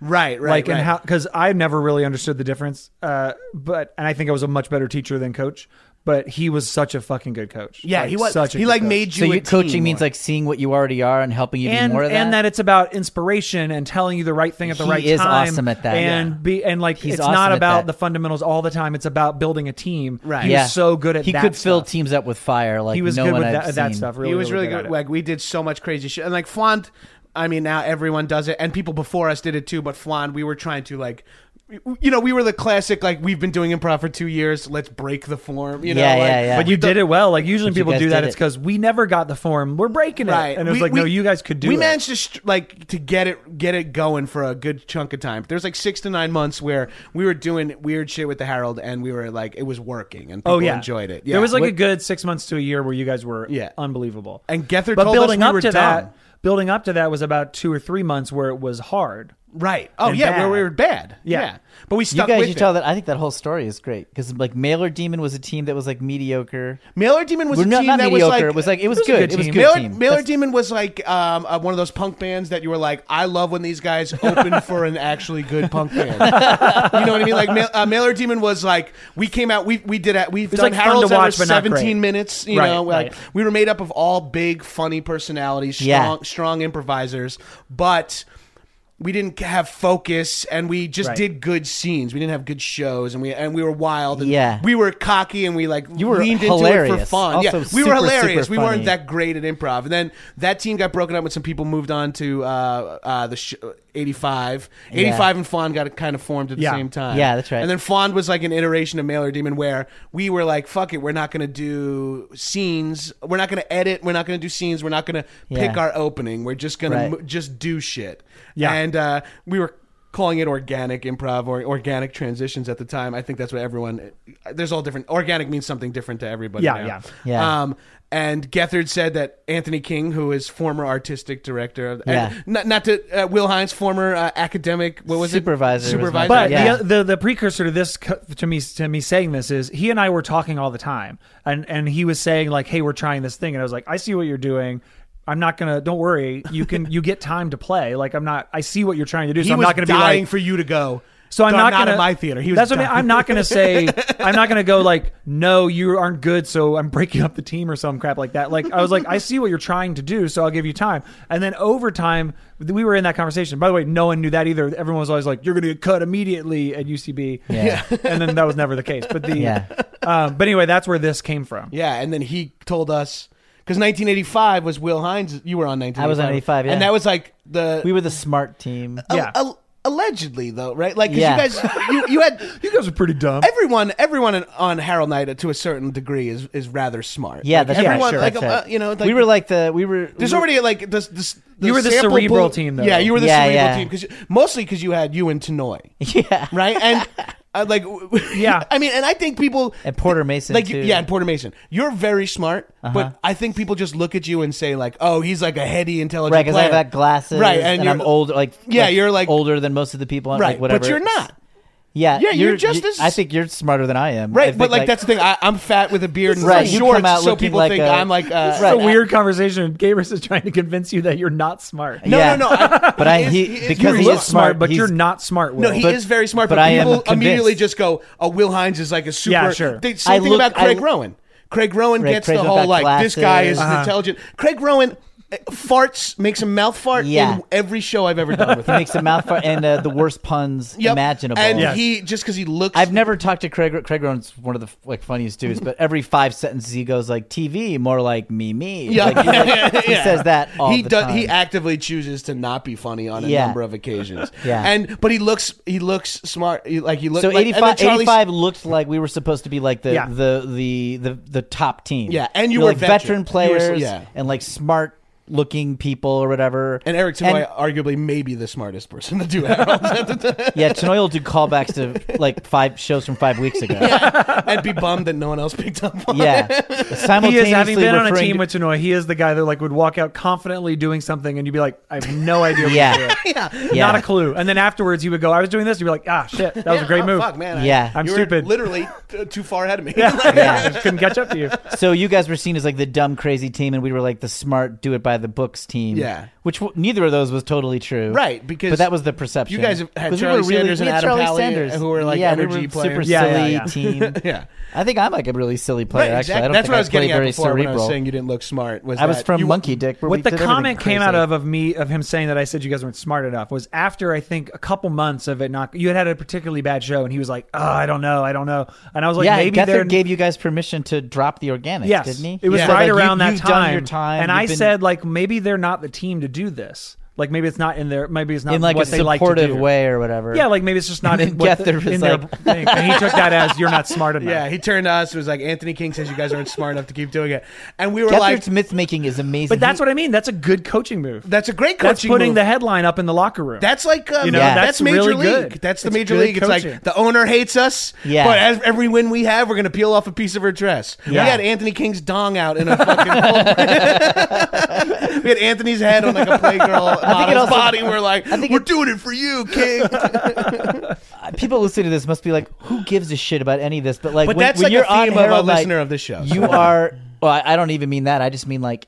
E: right, right,
D: like
E: right.
D: and how because I never really understood the difference. Uh, but and I think I was a much better teacher than coach. But he was such a fucking good coach.
E: yeah,
D: Like,
E: he was.
D: such a
E: he
D: good
E: like
D: coach.
E: made
C: So
E: you. a
C: you,
E: team
C: coaching means
E: more.
C: like seeing what you already are and helping you
D: and
C: do more of that.
D: and that it's about inspiration and telling you the right thing at the
C: He
D: right
C: is
D: time.
C: awesome at that.
D: And
C: Yeah.
D: be and like
C: He's
D: it's
C: awesome
D: not
C: at
D: about
C: that.
D: the fundamentals all the time. It's about building a team.
E: Right.
D: He
C: yeah.
D: was so good at
C: he
D: that
C: could fill
D: stuff.
C: teams up with fire. Like
D: He was
C: no
D: good
C: one
D: with
C: I've
D: that, that
C: seen.
D: stuff. Really,
E: he was really,
D: really
E: good.
D: at it.
E: Like we did so much crazy shit, and like Flaunt. I mean, now everyone does it, and people before us did it too. But Flan, we were trying to like, you know, we were the classic like we've been doing improv for two years. Let's break the form. You know,
C: Yeah,
E: like,
C: yeah, yeah.
D: But you did it well. Like usually
C: But you
D: people
C: guys
D: do that.
C: did
D: It's
C: it.
D: because we never got the form. We're breaking it.
E: Right,
D: And it was
E: We-
D: like,
E: we-
D: no, you guys could do
E: We
D: it.
E: managed to str- like to get it get it going for a good chunk of time. There's like six to nine months where we were doing weird shit with the Herald, and we were like, it was working, and people
D: oh yeah,
E: enjoyed it. Yeah.
D: There was like a
E: What-
D: good six months to a year where you guys were
E: Yeah.
D: unbelievable.
E: And Gethard
D: but
E: told us
D: building
E: we
D: up
E: were
D: to
E: dumb.
D: that, building up to that was about two or three months where it was hard.
E: Right. Oh
D: And
E: yeah,
D: bad.
E: where we were bad.
D: Yeah.
E: Yeah. But we
C: You
E: stuck
C: guys
E: with
C: should
E: it.
C: tell that. I think that whole story is great because like Mailer Demon was a team that was like mediocre.
E: Mailer Demon was
C: Well,
E: a
C: not,
E: team
C: not
E: that
C: mediocre.
E: was like
C: it was like it was
D: was a
C: good.
D: good
C: It was a
D: team.
C: good
E: Mailer,
C: team.
E: Mailer
C: That's-
E: Demon was like um, uh, one of those punk bands that you were like, I love when these guys open for an actually good punk band. you know what I mean? Like Mail, uh, Mailer Demon was like, we came out, we we did, a, we've
D: was,
E: done
D: like, fun to
E: Harold's
D: watch,
E: Ever
D: but not
E: 17
D: great.
E: minutes. You
D: Right,
E: know, like
D: right.
E: we were made up of all big, funny personalities, strong,
C: Yeah.
E: strong improvisers, but. We didn't have focus, and we just
D: Right.
E: did good scenes. We didn't have good shows, and we and we were wild. And
C: Yeah.
E: we were cocky, and we like
C: You were
E: leaned into it for
C: hilarious.
E: fun. yeah,
C: Also
E: we were
C: super,
E: hilarious.
C: super
E: we weren't
C: funny.
E: that great at improv. And then that team got broken up when some people moved on to uh, uh, the sh- 85. 85 and Fond got kind of formed at the
D: Yeah.
E: same time.
C: Yeah, that's right.
E: And then Fond was like an iteration of Mailer Demon where we were like, fuck it, we're not going to do scenes. We're not going to edit. We're not going to do scenes. We're not going to
C: Yeah.
E: pick our opening. We're just going
C: Right.
E: to m- just do shit.
D: Yeah.
E: And uh, we were calling it organic improv or organic transitions at the time. I think that's what everyone there's all different organic means something different to everybody
D: Yeah,
E: now.
D: yeah.
C: Yeah.
E: Um, and Gethard said that Anthony King, who is former artistic director of,
C: Yeah.
E: and not not to uh, Will Hines, former uh, academic, what was
C: Supervisor
E: it?
C: was
E: supervisor,
C: my-
D: But
C: Yeah.
D: the, the the precursor to this co- to me to me saying this is he and I were talking all the time, and and he was saying like, "Hey, we're trying this thing," and I was like, "I see what you're doing." I'm not gonna. Don't worry. You can. You get time to play. Like I'm not. I see what you're trying to do.
E: He
D: so I'm
E: was
D: not gonna
E: dying
D: be like.
E: for you to go.
D: So I'm
E: Done,
D: not gonna
E: at my theater. He was
D: that's what I mean.
E: dying.
D: I'm not gonna say. I'm not gonna go like, no, you aren't good, so I'm breaking up the team or some crap like that. Like I was like, I see what you're trying to do, so I'll give you time. And then over time, we were in that conversation. By the way, no one knew that either. Everyone was always like, you're gonna get cut immediately at UCB.
C: Yeah.
D: and then that was never the case. But the
C: Yeah.
D: um, but anyway, that's where this came from.
E: Yeah, and then he told us because 1985 was Will Hines. You were on 1985.
C: I was on 85, yeah.
E: and that was like the
C: we were the smart team.
E: al-
D: yeah.
E: al- allegedly though, right? Like 'cause
C: Yeah.
E: you guys, you, you had
D: You guys are pretty dumb.
E: everyone everyone in- on Harold Night to a certain degree is is rather smart.
C: Yeah,
E: Like,
C: that's
E: everyone,
C: right. Sure,
E: like
C: that's
E: uh,
C: right.
E: you know, like,
C: we were like the we were.
E: There's
C: we were-
E: already like this. this
D: You were the
E: sample
D: cerebral team, though.
E: Yeah, you were the
C: Yeah,
E: cerebral
C: yeah.
E: team because mostly because you had you and Tenoy,
C: yeah.
E: right? And uh, like,
D: Yeah.
E: I mean, and I think people
C: And Porter Mason,
E: like
C: too. Uh-huh.
E: yeah, and Porter Mason. You're very smart, but I think people just look at you and say like, oh, he's like a heady, intelligent.
C: Right, because I have
E: player.
C: that glasses,
E: Right, and,
C: and,
E: you're,
C: I'm older. Like,
E: Yeah, you're, like-
C: older than most of the people. on,
E: Right,
C: like, whatever.
E: but you're not.
C: Yeah,
E: Yeah, you're just as-
C: I think you're smarter than I am. I
E: Right,
C: think,
E: but like, that's the thing. I, I'm fat with a beard and
C: Right,
E: some
C: you
E: shorts,
C: come out
E: so
C: looking
E: people
C: like
E: think
C: a-
E: I'm like uh,
C: This is
D: It's
C: Right.
D: a weird conversation. Gabrus is trying to convince you that you're not smart.
E: No,
C: Yeah.
E: no, no. I,
C: But I- he-
E: is-
C: because
E: you
C: he
E: look
C: is
D: smart,
C: smart,
D: but
C: he's-
D: you're not smart. Will.
E: No, he
C: But-
E: is very smart, but,
C: but I am
E: people immediately
C: convinced.
E: just go, "Oh, Will Hines is like a super."
D: Yeah, sure.
E: They, same
C: I
E: thing
C: look-
E: about Craig
C: I-
E: Rowan. Craig Rowan
C: Right,
E: gets
C: Craig
E: the
C: Rowan
E: whole
C: got
E: like this guy is
C: glasses.
E: intelligent. Craig Rowan uh, farts, makes a mouth fart
C: Yeah.
E: in every show I've ever done with him.
C: makes a mouth fart and uh, the worst puns
E: Yep.
C: imaginable.
E: and
D: Yes.
E: he just because he looks.
C: I've never talked to Craig. Craig Rowan's one of the like funniest dudes, but every five sentences he goes like TV, more like me me.
E: Yeah.
C: Like, he, like, he
E: Yeah.
C: says that all
E: he
C: the
E: does.
C: time.
E: He actively chooses to not be funny on a
C: Yeah.
E: number of occasions.
C: Yeah.
E: and but he looks. He looks smart. He, like he looks.
C: so
E: like, and then
C: 85,
E: Charlie-
C: 85 looked like we were supposed to be like the
D: Yeah.
C: the, the the the top team.
E: Yeah, and you
C: You're,
E: were
C: like veteran,
E: veteran. You were-
C: players
E: yeah.
C: and like smart looking people or whatever.
E: And Eric Tenoy, arguably maybe the smartest person to do Harold at the time.
C: yeah, Tenoy will do callbacks to like five shows from five weeks ago.
E: and be bummed that no one else picked up on it.
C: Yeah, simultaneously
D: He is having been on a
C: referring
D: team
C: to-
D: with Tanoy. He is the guy that like would walk out confidently doing something, and you'd be like, "I have no idea." What
C: Yeah.
D: you're doing.
E: Yeah.
C: Yeah.
D: not a clue. And then afterwards, he would go, "I was doing this." You'd be like, "Ah, shit, that was a
E: Yeah,
D: great
E: oh,
D: move."
E: Fuck, man. I-
C: Yeah.
D: I'm
E: you were
D: stupid.
E: Literally t- too far ahead of me.
D: yeah, I just couldn't catch up to you.
C: so you guys were seen as like the dumb crazy team and we were like the smart do it by the books team
E: Yeah.
C: which w- neither of those was totally true
E: Right, because
C: but that was the perception
E: you guys have had
C: 'Cause
E: Charlie Sanders
C: we
E: and
C: had
E: Adam
C: Charlie
E: Pally, uh,
C: Sanders.
E: who were, like,
C: yeah,
E: energy
C: we were
E: players.
C: super
D: Yeah,
C: silly
D: yeah, yeah.
C: team
E: yeah.
C: i think i'm like a really silly player
E: Right,
C: actually
E: exactly.
C: i don't
E: That's
C: think
E: what I was
C: play
E: getting at
C: very
E: before when I was
C: cerebral.
E: saying you didn't look smart. Was
C: I was
E: that
C: from
E: you-
C: Monkey Dick. Where we
D: What the
C: did everything
D: comment came
C: crazy.
D: out of of me of him saying that I said you guys weren't smart enough was after I think a couple months of it not you had had a particularly bad show, and he was like, "Oh, I don't know, I don't know," and I was like,
C: yeah,
D: "Maybe they're
C: Gethard gave you guys permission to drop the organics,
D: yes,
C: didn't he?
D: It was
C: So,
D: right
C: like, you-
D: around that
C: you've
D: time.
C: done your time,
D: and
C: you've
D: I
C: been-
D: said like maybe they're not the team to do this. Like maybe it's not in their maybe it's not
C: in like a
D: what they like to
C: supportive
D: do.
C: way or whatever.
D: Yeah, like maybe it's just not
C: then
D: in, what
C: Gethard
D: the,
C: was
D: in their
C: like-
D: thing. And he took that as you're not smart enough.
E: Yeah, he turned to us and was like, Anthony King says you guys aren't smart enough to keep doing it. And we were like,
C: Gethard's myth making is amazing.
D: but that's
C: He-
D: what I mean. That's a good coaching move.
E: that's a great coaching
D: That's putting
E: move.
D: the headline up in the locker room.
E: That's like um,
D: You know,
E: yeah,
C: that's
E: that's, major
D: really
E: league.
D: good.
E: That's the
D: It's
E: major
D: good
E: league. It's
D: coaching.
E: like the owner hates us.
C: Yeah.
E: But as, every win we have, we're gonna peel off a piece of her dress.
C: Yeah.
E: We had Anthony King's dong out in a fucking. we had Anthony's head on like a playgirl model's
C: also-
E: body. We're like,
C: think
E: we're
C: it-
E: doing it for you, King.
C: people listening to this must be like, who gives a shit about any of this? But like,
E: But
C: when,
E: that's
C: when
E: like
C: you're
E: a theme
C: on
E: of a
C: Harold, Night,
E: listener of this show.
C: You are. Well, I, I don't even mean that. I just mean like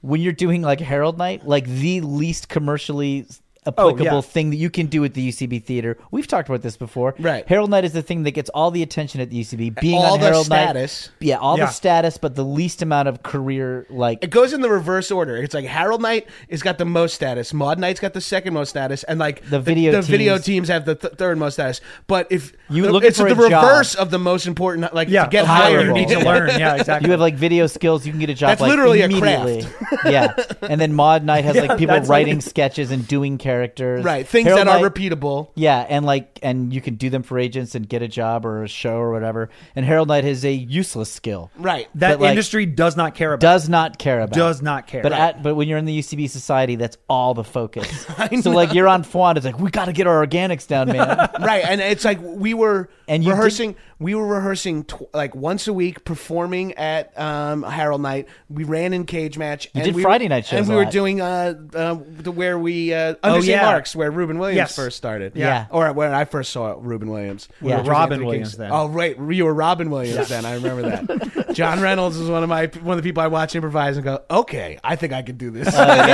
C: when you're doing like Herald Night, like the least commercially
E: Oh,
C: applicable
D: yeah.
C: thing that you can do at the UCB theater. We've talked about this before.
E: Right.
C: Herald Night is the thing that gets all the attention at the UCB. Being
E: All
C: on
E: the
C: Herald
E: status.
C: Night. Yeah, all
D: Yeah.
C: the status, but the least amount of career like
E: It goes in the reverse order. It's like Harold Knight has got the most status, Maud Knight's got the second most status, and like
C: The video
E: the,
C: teams.
E: video teams have the th- third most status. But if
C: You
E: the-
C: looking
E: it's
C: for
E: the
C: a job.
E: reverse of the most important, like
D: yeah,
E: to get
D: of what
E: hired,
D: You need to learn. Yeah, exactly.
C: You have like video skills. You can get a job.
E: That's
C: like,
E: literally a
C: immediately. yeah, and then Maud Knight has like people
D: that's like-
C: writing sketches and doing characters.
E: right? Things
C: Harold
E: that are
C: Knight-
E: repeatable.
C: Yeah, and like, and you can do them for agents and get a job or a show or whatever. And Harold Knight is a useless skill.
E: Right.
D: that
C: but, like,
D: industry does not care about.
C: Does not care about.
D: Does not care.
C: But
D: Right.
C: at, but when you're in the UCB society, that's all the focus. so like you're on Fuan, it's like we got to get our organics down, man. Oh,
E: right and it's like we were
C: And you
E: rehearsing we were rehearsing tw- like once a week performing at um, harold night we ran in cage match and
C: did
E: we
C: Friday night shows
E: and we
C: a
E: were
C: lot. Oh,
E: doing uh, uh the where we uh under st
D: yeah.
E: marks where ruben williams
D: Yes.
E: first started
C: Yeah. Yeah.
E: or when i first saw ruben williams we
C: Yeah.
E: were doing
D: Robin
E: Anthony
D: Williams
E: King's-
D: then.
E: oh right you were robin williams then i remember that john reynolds was one of my one of the people i watch improvise and go okay i think i can do this
C: Uh,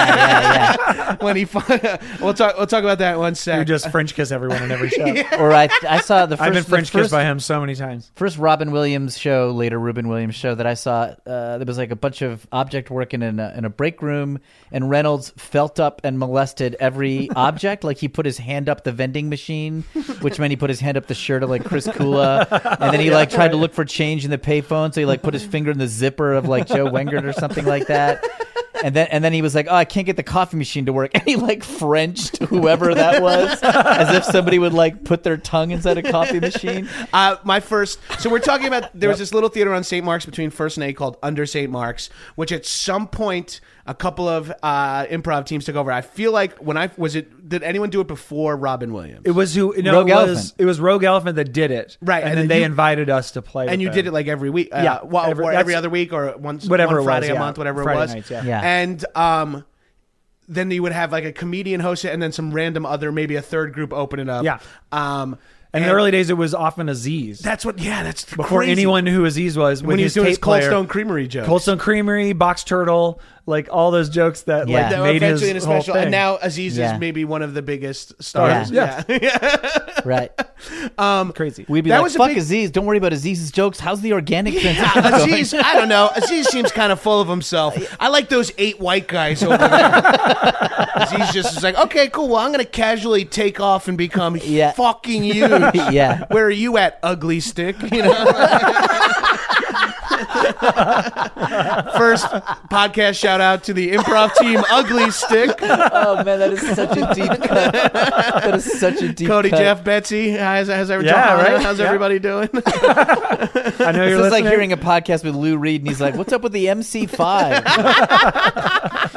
E: when he fin- we'll talk we'll talk about that in one sec
D: you just French kiss everyone in every show.
C: or I I saw the 1st
D: I've been French
C: the first
D: kissed by him so many times.
C: first Robin Williams show, later Ruben Williams show that I saw, uh, there was like a bunch of object working in a, in a break room, and Reynolds felt up and molested every object. Like he put his hand up the vending machine, which meant he put his hand up the shirt of like Chris Kula, and then he like tried to look for change in the payphone, so he like put his finger in the zipper of like Joe Wengert or something like that. And then and then he was like, "Oh, I can't get the coffee machine to work." And he like Frenched whoever that was, as if somebody would like put their tongue inside a coffee machine.
E: Uh, my first. So we're talking about there was this little theater on St. Mark's between First and A called Under St. Mark's, which at some point a couple of uh, improv teams took over. I feel like when I was it did anyone do it before Robin Williams?
D: It was who? No,
C: Rogue
D: it was
C: Elephant.
D: it was Rogue Elephant that did it.
E: Right,
D: and,
E: and
D: then
E: then
D: they
E: you-
D: invited us to play.
E: and you did it like every week, uh,
D: Yeah,
E: well,
D: every-
E: or every
D: that's-
E: other week or once
D: Whatever
E: one
D: it was,
E: Friday
D: yeah.
E: a month, whatever
D: Friday
E: it was.
D: nights, yeah.
C: Yeah.
E: and um. Then you would have like a comedian host it, and then some random other, maybe a third group open it up.
D: Yeah.
E: Um,
D: in the early days, it was often Aziz.
E: That's what. Yeah, that's
D: before
E: crazy.
D: anyone knew who Aziz was with
E: when he was
D: his
E: doing his
D: tape
E: Cold
D: player.
E: Stone Creamery jokes.
D: Cold Stone Creamery, Box Turtle, like all those jokes that
C: Yeah. That
D: like
E: that were
D: made his,
E: eventually in a
D: whole
E: special,
D: thing.
E: and now Aziz
C: Yeah.
E: is maybe one of the biggest stars.
D: Yeah.
C: Right.
D: crazy.
C: We'd be
E: That
C: like,
E: was a
C: fuck
E: big-
C: Aziz. Don't worry about Aziz's jokes. How's the organic transition
E: Yeah,
C: going?
E: Aziz, I don't know. Aziz seems kind of full of himself. I like those eight white guys over there. Aziz just is like, okay, cool. Well, I'm going to casually take off and become
C: Yeah.
E: fucking huge.
C: Yeah.
E: Where are you at, ugly stick? You know. First podcast shout out to the improv team, Ugly Stick.
C: Oh, man, that is such a deep cut. That is such a deep
E: Cody,
C: cut.
E: Jeff, Betsy, how's, how's, every-
D: Yeah, right?
E: how's
D: Yeah.
E: everybody doing?
D: I know
C: This
D: you're
C: is
D: listening.
C: like hearing a podcast with Lou Reed, and he's like, what's up with the MC5?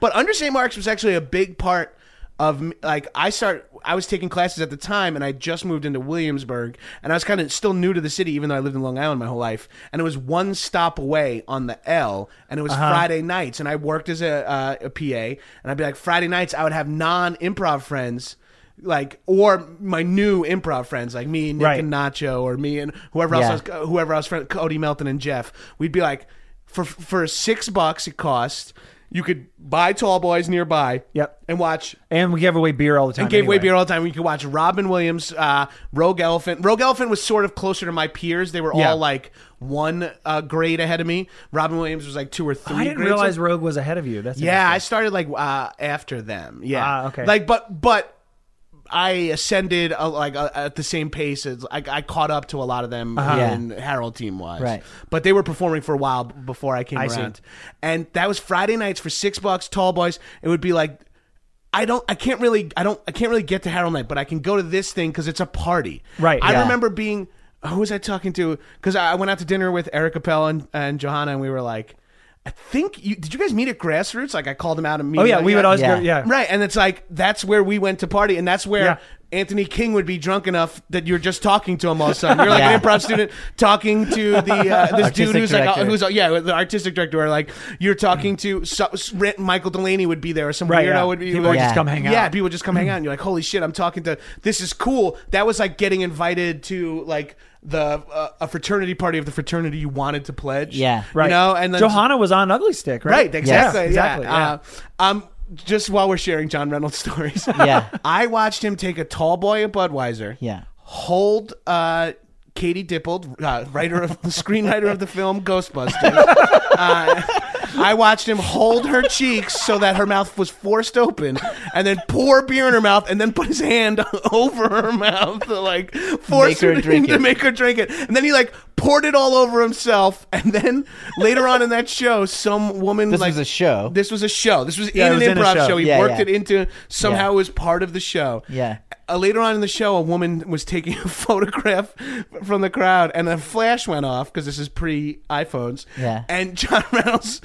E: But under St. Mark's was actually a big part of m- like I start. I was taking classes at the time, and I just moved into Williamsburg, and I was kind of still new to the city, even though I lived in Long Island my whole life. And it was one stop away on the L, and it was Friday nights, and I worked as a, uh, a PA, and I'd be like Friday nights, I would have non improv friends. Like or my new improv friends, like me and Nick
D: Right.
E: and Nacho, or me and whoever else,
C: Yeah.
E: I was, uh, whoever else, friend, Cody Melton and Jeff, we'd be like, for for six bucks it cost, you could buy Tall Boys nearby.
D: Yep.
E: and watch.
D: and we gave away beer all the time.
E: And gave away
D: anyway.
E: beer all the time. You could watch Robin Williams, uh, Rogue Elephant. Rogue Elephant was sort of closer to my peers. They were
D: Yeah.
E: all like one uh, grade ahead of me. Robin Williams was like two or three.
D: Oh, I didn't
E: grades
D: realize
E: up-
D: Rogue was ahead of you. That's
E: yeah, I
D: interesting.
E: started like uh, after them. Yeah.
D: Ah, okay.
E: Like, but but I ascended uh, like uh, at the same pace as I, I caught up to a lot of them
D: Uh-huh.
C: Yeah.
E: in Harold team wise.
C: Right.
E: But they were performing for a while before I came
D: I see.
E: around, and that was Friday nights for six bucks. Tall boys. It would be like. I don't, I can't really, I don't, I can't really get to Harold Night, but I can go to this thing because it's a party.
D: Right,
E: I
D: yeah.
E: remember being, who was I talking to? Because I I went out to dinner with Eric Appel and, and Johanna, and we were like, I think you did. You guys meet at Grassroots? Like I called him out
D: Oh
E: immediately.
D: yeah, we would always
C: Yeah.
D: go. Yeah,
E: Right, and it's like that's where we went to party, and that's where
D: Yeah.
E: Anthony King would be drunk enough that you're just talking to him all of a sudden. You're like an
C: Yeah.
E: improv student talking to the uh, this dude
C: Artistic
E: who's like uh,
C: director.
E: who's uh, yeah the artistic director. Or like you're talking to so, s- Ra- Michael Delaney would be there, or some
D: Right,
E: weirdo
D: yeah.
E: would be.
D: People
E: like,
D: would just come hang out.
E: Yeah, people just come hang out, and you're like, holy shit, I'm talking to this is cool. That was like getting invited to like the uh, a fraternity party of the fraternity you wanted to pledge.
C: Yeah.
D: right.
E: You know, and then
D: Johanna was on Ugly Stick, right?
E: Right, exactly.
D: Yeah,
E: yeah.
D: exactly. yeah.
E: Uh, um, just while we're sharing John Reynolds stories,
C: Yeah.
E: I watched him take a tall boy at Budweiser.
C: Yeah.
E: hold uh, Katie Dippold, uh, writer of the screenwriter of the film Ghostbusters. uh, I watched him hold her cheeks so that her mouth was forced open, and then pour beer in her mouth, and then put his hand over her mouth to like force
C: Make her
E: her
C: drink
E: to
C: it.
E: make her drink it. And then he like poured it all over himself. And then later on in that show, some woman
C: This
E: like
C: was a show.
E: This was a show. This was
D: Yeah,
E: in
D: it was
E: an
D: in a
E: improv
D: show.
E: show. He
C: Yeah,
E: worked
C: yeah.
E: it into somehow
C: Yeah.
E: it was part of the show.
C: Yeah.
E: Uh, later on in the show, a woman was taking a photograph from the crowd, and a flash went off because this is pre iPhones.
C: Yeah.
E: And John Reynolds,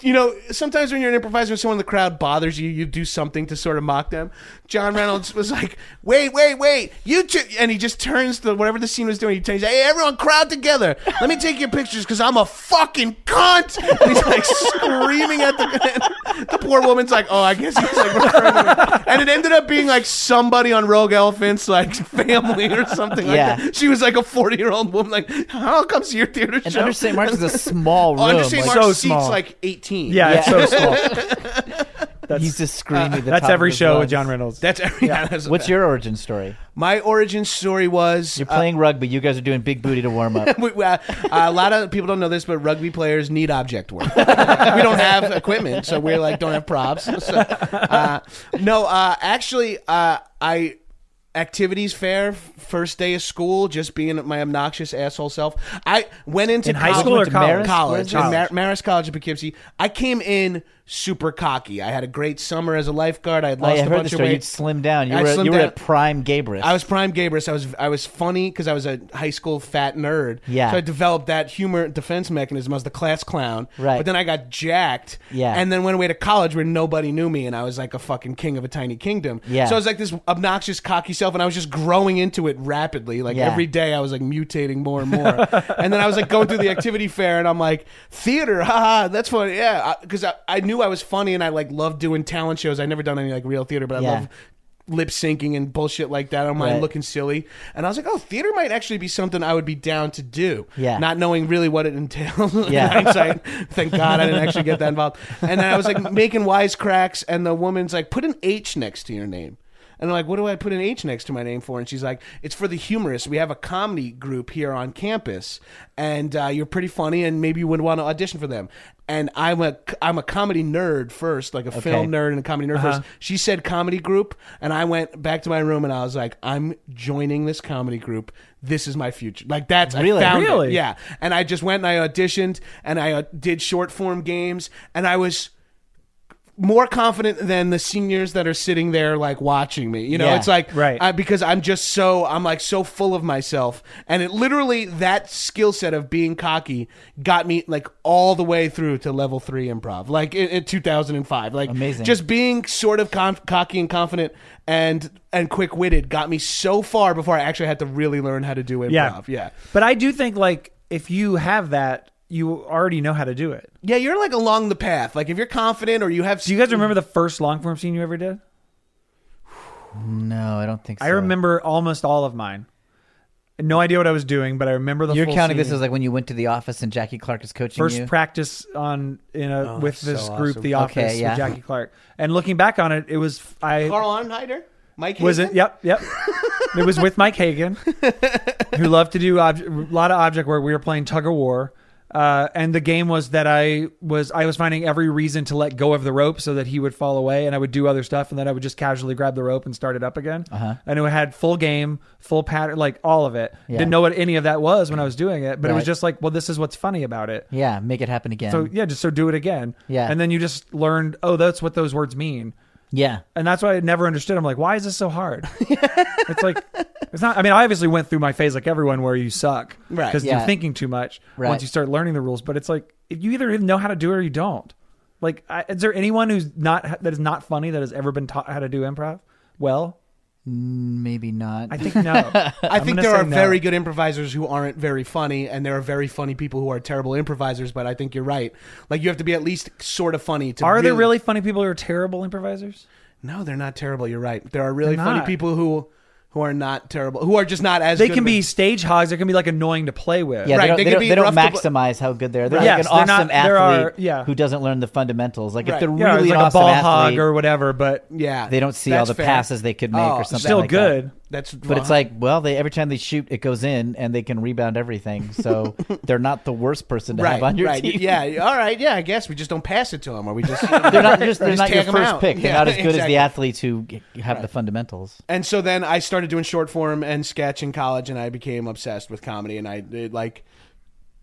E: you know, sometimes when you're an improviser and someone in the crowd bothers you, you do something to sort of mock them. John Reynolds was like, wait, wait, wait, you two. And he just turns to whatever the scene was doing. He turns, hey, everyone, crowd together. Let me take your pictures because I'm a fucking cunt. And he's like screaming at the. the poor woman's like, oh, I guess he's like referring to me. And it ended up being like somebody on Rogue Elephant's like family or something
C: Yeah.
E: like that. She was like a 40 year old woman, like, how comes your theater
C: And
E: show?
C: under St. Mark's is a small room.
E: Oh, under St.
C: like,
E: Mark's
D: So
E: seats
D: small.
E: like 18.
D: Yeah, it's so small. That's,
C: he's just screaming.
E: uh,
C: at the
D: that's
C: top of
D: every
C: his
D: show with
C: lungs.
D: John Reynolds.
E: That's every. Yeah. that's-
C: What's your origin story?
E: My origin story was uh,
C: You're playing rugby. You guys are doing big booty to warm up.
E: we, we- uh, a lot of people don't know this, but rugby players need object work. we don't have equipment, so we're like don't have props. So, uh, no, uh, actually, uh, I activities fair first day of school, just being my obnoxious asshole self. I went into
D: In high
E: college-
D: school or
E: went to
D: college?
E: College,
D: College.
E: in Mar- Marist College in Poughkeepsie. I came in super cocky. I had a great summer as a lifeguard.
D: Oh,
E: I had
C: I
E: lost a
C: heard the
E: bunch of
C: story.
E: weight.
C: You'd slimmed down. You
E: I
C: were you
E: slimmed
C: were
E: down.
C: at prime Gabrus.
E: I was prime Gabrus. I was I was funny because I was a high school fat nerd.
C: Yeah.
E: So I developed that humor defense mechanism. I was the class clown.
C: Right.
E: But then I got jacked.
C: Yeah.
E: And then went away to college where nobody knew me, and I was like a fucking king of a tiny kingdom.
C: Yeah.
E: So I was like this obnoxious, cocky self, and I was just growing into it rapidly. Like
C: Yeah.
E: every day, I was like mutating more and more. and then I was like going through the activity fair, and I'm like theater, haha, that's funny, yeah, because I, I knew I was funny, and I like loved doing talent shows. I never done any like real theater, but I
C: Yeah.
E: love lip syncing and bullshit like that. I don't mind
C: Right.
E: looking silly. And I was like, oh, theater might actually be something I would be down to do.
C: Yeah.
E: Not knowing really what it entails. in
C: Yeah.
E: hindsight. Thank God I didn't actually get that involved. And then I was like making wisecracks, and the woman's like, put an H next to your name. And I'm like, what do I put an H next to my name for? And she's like, it's for the humorous. We have a comedy group here on campus, and uh, you're pretty funny, and maybe you would want to audition for them. And I'm a I'm a comedy nerd first, like a film nerd and a comedy nerd
C: Uh-huh.
E: first. She said comedy group, and I went back to my room and I was like, I'm joining this comedy group. This is my future. Like that's
C: Really?
E: I found it.
D: Really?
E: Yeah. And I just went and I auditioned and I uh, did short form games and I was more confident than the seniors that are sitting there like watching me. You know,
C: Yeah.
E: it's like
D: Right.
E: I, because I'm just so I'm like so full of myself and it literally that skill set of being cocky got me like all the way through to level 3 improv like in, in 2005. Like
C: Amazing.
E: just being sort of conf- cocky and confident and and quick-witted got me so far before I actually had to really learn how to do
D: yeah,
E: improv. yeah.
D: But I do think like if you have that, you already know how to do it.
E: Yeah, you're like along the path. Like if you're confident or you have,
D: Do you guys remember the first long form scene you ever did?
C: no, I don't think so.
D: I remember almost all of mine. No idea what I was doing, but I remember the.
C: You're
D: full
C: counting
D: scene.
C: this as like when you went to the office and Jackie Clark is coaching
D: first
C: you.
D: practice on in
E: Oh,
D: a with
E: that's
D: this
E: so
D: group,
E: awesome.
D: The
E: Okay,
D: Office,
C: yeah.
D: with Jackie Clark. And looking back on it, it was I
E: Carl Arnhider, Mike,
D: was
E: Hazen?
D: it. Yep, yep. it was with Mike Hagan, who loved to do obj- a lot of object work. We were playing tug of war. Uh, and the game was that I was I was finding every reason to let go of the rope so that he would fall away, and I would do other stuff, and then I would just casually grab the rope and start it up again. Uh-huh. And it had full game, full pattern, like all of it.
C: Yeah.
D: Didn't know what any of that was when I was doing it, but it was
C: Right.
D: just like, well, this is what's funny about it.
C: yeah, make it happen again.
D: So yeah, just so do it again.
C: Yeah.
D: And then you just learned, oh, that's what those words mean.
C: Yeah.
D: And that's why I never understood. I'm like, why is this so hard? it's like, it's not. I mean, I obviously went through my phase like everyone where you suck,
B: Right.
D: Because
C: Yeah.
D: you're thinking too much
C: Right.
D: once you start learning the rules. But it's like you either know how to do it or you don't. Like, I, is there anyone who's not that is not funny that has ever been taught how to do improv? Well,
C: Maybe not.
D: I think no.
E: I think there are very good improvisers who aren't very funny, and there are very funny people who are terrible improvisers. But I think you're right. Like you have to be at least sort of funny to.
D: Are there really funny people who are terrible improvisers?
E: No, they're not terrible. You're right. There are really
D: They're
E: funny
D: not.
E: people who who are not terrible, who are just not as.
D: They
E: good
D: can
E: of-
D: be stage hogs. They can be like annoying to play with.
C: yeah,
E: Right,
C: they don't,
E: they
C: they
E: could
C: don't,
E: be
C: they don't
E: rough to-
C: maximize how good they are. They're
D: Yes,
C: like an
D: they're not-
C: awesome
D: there are-
C: athlete
D: yeah.
C: who doesn't learn the fundamentals. Like if
E: Right.
C: they're
D: Yeah,
C: really
D: it's
C: an
D: like
C: awesome
D: a ball
C: athlete,
D: hog or whatever, but
E: Yeah,
C: they don't see all
E: that's
C: the
E: fair.
C: passes they could make
E: Oh,
C: or something.
D: still
C: like that.
D: good.
E: That's
C: But it's like, well, they every time they shoot, it goes in, and they can rebound everything. So they're not the worst person to
E: right,
C: have on your
E: right.
C: team.
E: Yeah, all right. Yeah, I guess we just don't pass it to them, or we just
C: they're not just they're
E: Just
C: not your
E: take 'em
C: first
E: out.
C: pick. They're
E: Yeah,
C: not as good as
E: exactly.
C: the athletes who g- have the fundamentals.
E: and so then I started doing short form and sketch in college, and I became obsessed with comedy, and I it like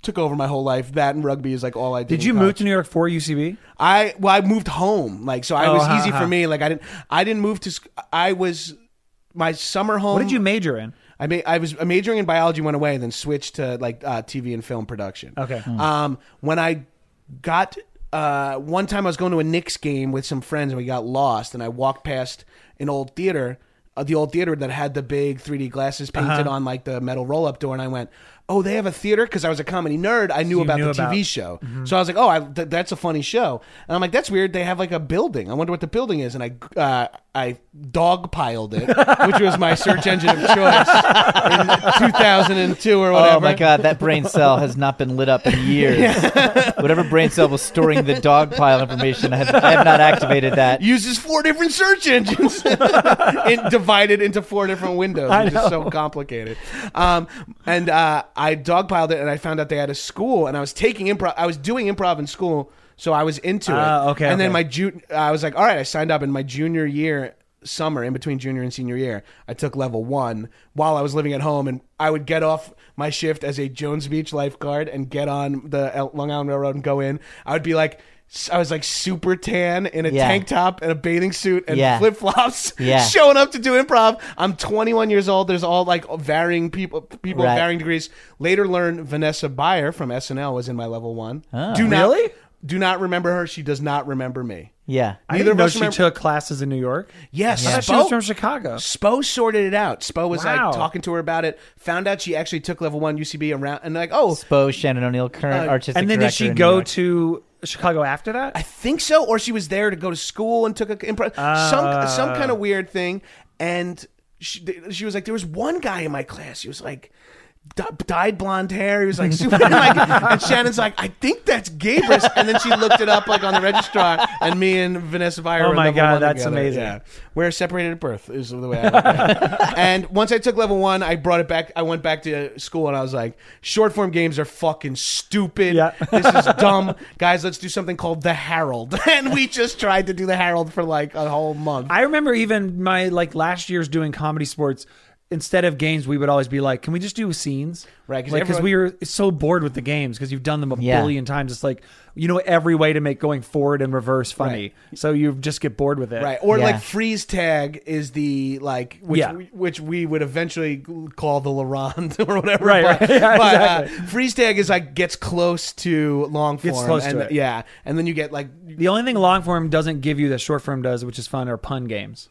E: took over my whole life. That and rugby is like all I did.
D: did
E: in
D: you
E: college.
D: move to New York for UCB?
E: I well, I moved home, like so. I
D: Oh,
E: was
D: huh,
E: easy
D: huh.
E: for me. Like I didn't, I didn't move to. sc- I was my summer home.
D: What did you major in?
E: I ma- I was majoring in biology, went away, and then switched to like uh, TV and film production.
D: Okay. Hmm.
E: Um, when I got uh, one time, I was going to a Knicks game with some friends, and we got lost, and I walked past an old theater. Uh, the old theater that had the big 3D glasses painted
D: Uh-huh.
E: on like the metal roll up door, and I went, "Oh, they have a theater." Because I was a comedy nerd, I knew
D: you
E: about
D: knew
E: the
D: about-
E: TV show,
C: Mm-hmm.
E: so I was like, "Oh, I, th- that's a funny show." And I'm like, "That's weird. They have like a building. I wonder what the building is." And I uh, I dog piled it, which was my search engine of choice. 2002 or whatever.
C: Oh my god, that brain cell has not been lit up in years. Whatever brain cell was storing the dog pile information, I have, I have not activated that.
E: Uses four different search engines, it divided into four different windows. It's just so complicated. Um, and uh, I dogpiled it, and I found out they had a school, and I was taking improv. I was doing improv in school, so I was into
D: Ah,
C: Oh,
E: it.
D: okay,
E: And then
D: okay.
E: my ju- I was like, all right, I signed up in my junior year summer in between junior and senior year i took level one while i was living at home and i would get off my shift as a jones beach lifeguard and get on the L- long island railroad and go in i would be like i was like super tan in a
C: Yeah.
E: tank top and a bathing suit and
C: Yeah.
E: flip flops
C: Yeah.
E: showing up to do improv i'm 21 years old there's all like varying people people of
C: Right.
E: varying degrees later learned vanessa Byer from snl was in my level one
C: Oh.
E: do not
D: Really?
E: do not remember her she does not remember me
C: Yeah.
D: I
E: Neither
D: didn't
E: of
D: know
E: us
D: she
E: remember-
D: took classes in New York.
E: Yes,
D: I thought she was from Chicago.
E: Spo sorted it out. Spo was
D: Wow.
E: like talking to her about it. Found out she actually took level one UCB around, and like, oh,
C: Spo Shannon O'Neill, current
E: Uh,
C: artistic
D: And then did
C: director
D: she
C: in New
D: go
C: York.
D: to Chicago after that?
E: I think so, or she was there to go to school and took a improv, some
D: Ah.
E: some kind of weird thing. And she, she was like, there was one guy in my class. He was like. d- Dyed blonde hair. He was like super. like, and Shannon's like, I think that's Gabrus. And then she looked it up like on the registrar. And me and Vanessa Vire.
D: Oh
E: were
D: my
E: level
D: God,
E: one
D: that's
E: together.
D: amazing.
E: Yeah. We're separated at birth is the way I look at it. And once I took level one, I brought it back. I went back to school and I was like, short form games are fucking stupid.
D: Yeah.
E: this is dumb. Guys, let's do something called the Herald. And we just tried to do the Herald for like a whole month.
D: I remember even my like last year's doing comedy sports. Instead of games, we would always be like, "Can we just do scenes?"
E: Right, 'cause
D: Because we were so bored with the games because you've done them a
C: Yeah.
D: billion times. It's like you know every way to make going forward and reverse funny, so you just get bored with it.
E: Right. Or
C: Yeah.
E: like freeze tag is the like which
D: Yeah.
E: we, which we would eventually call the Laronde or whatever.
D: Right,
E: But,
D: right. Yeah,
E: but, uh,
D: exactly.
E: freeze tag is like gets close to long form.
D: Gets close
E: and
D: to it.
E: yeah. And then you get like
D: The only thing long form doesn't give you that short form does, which is fun, are pun games.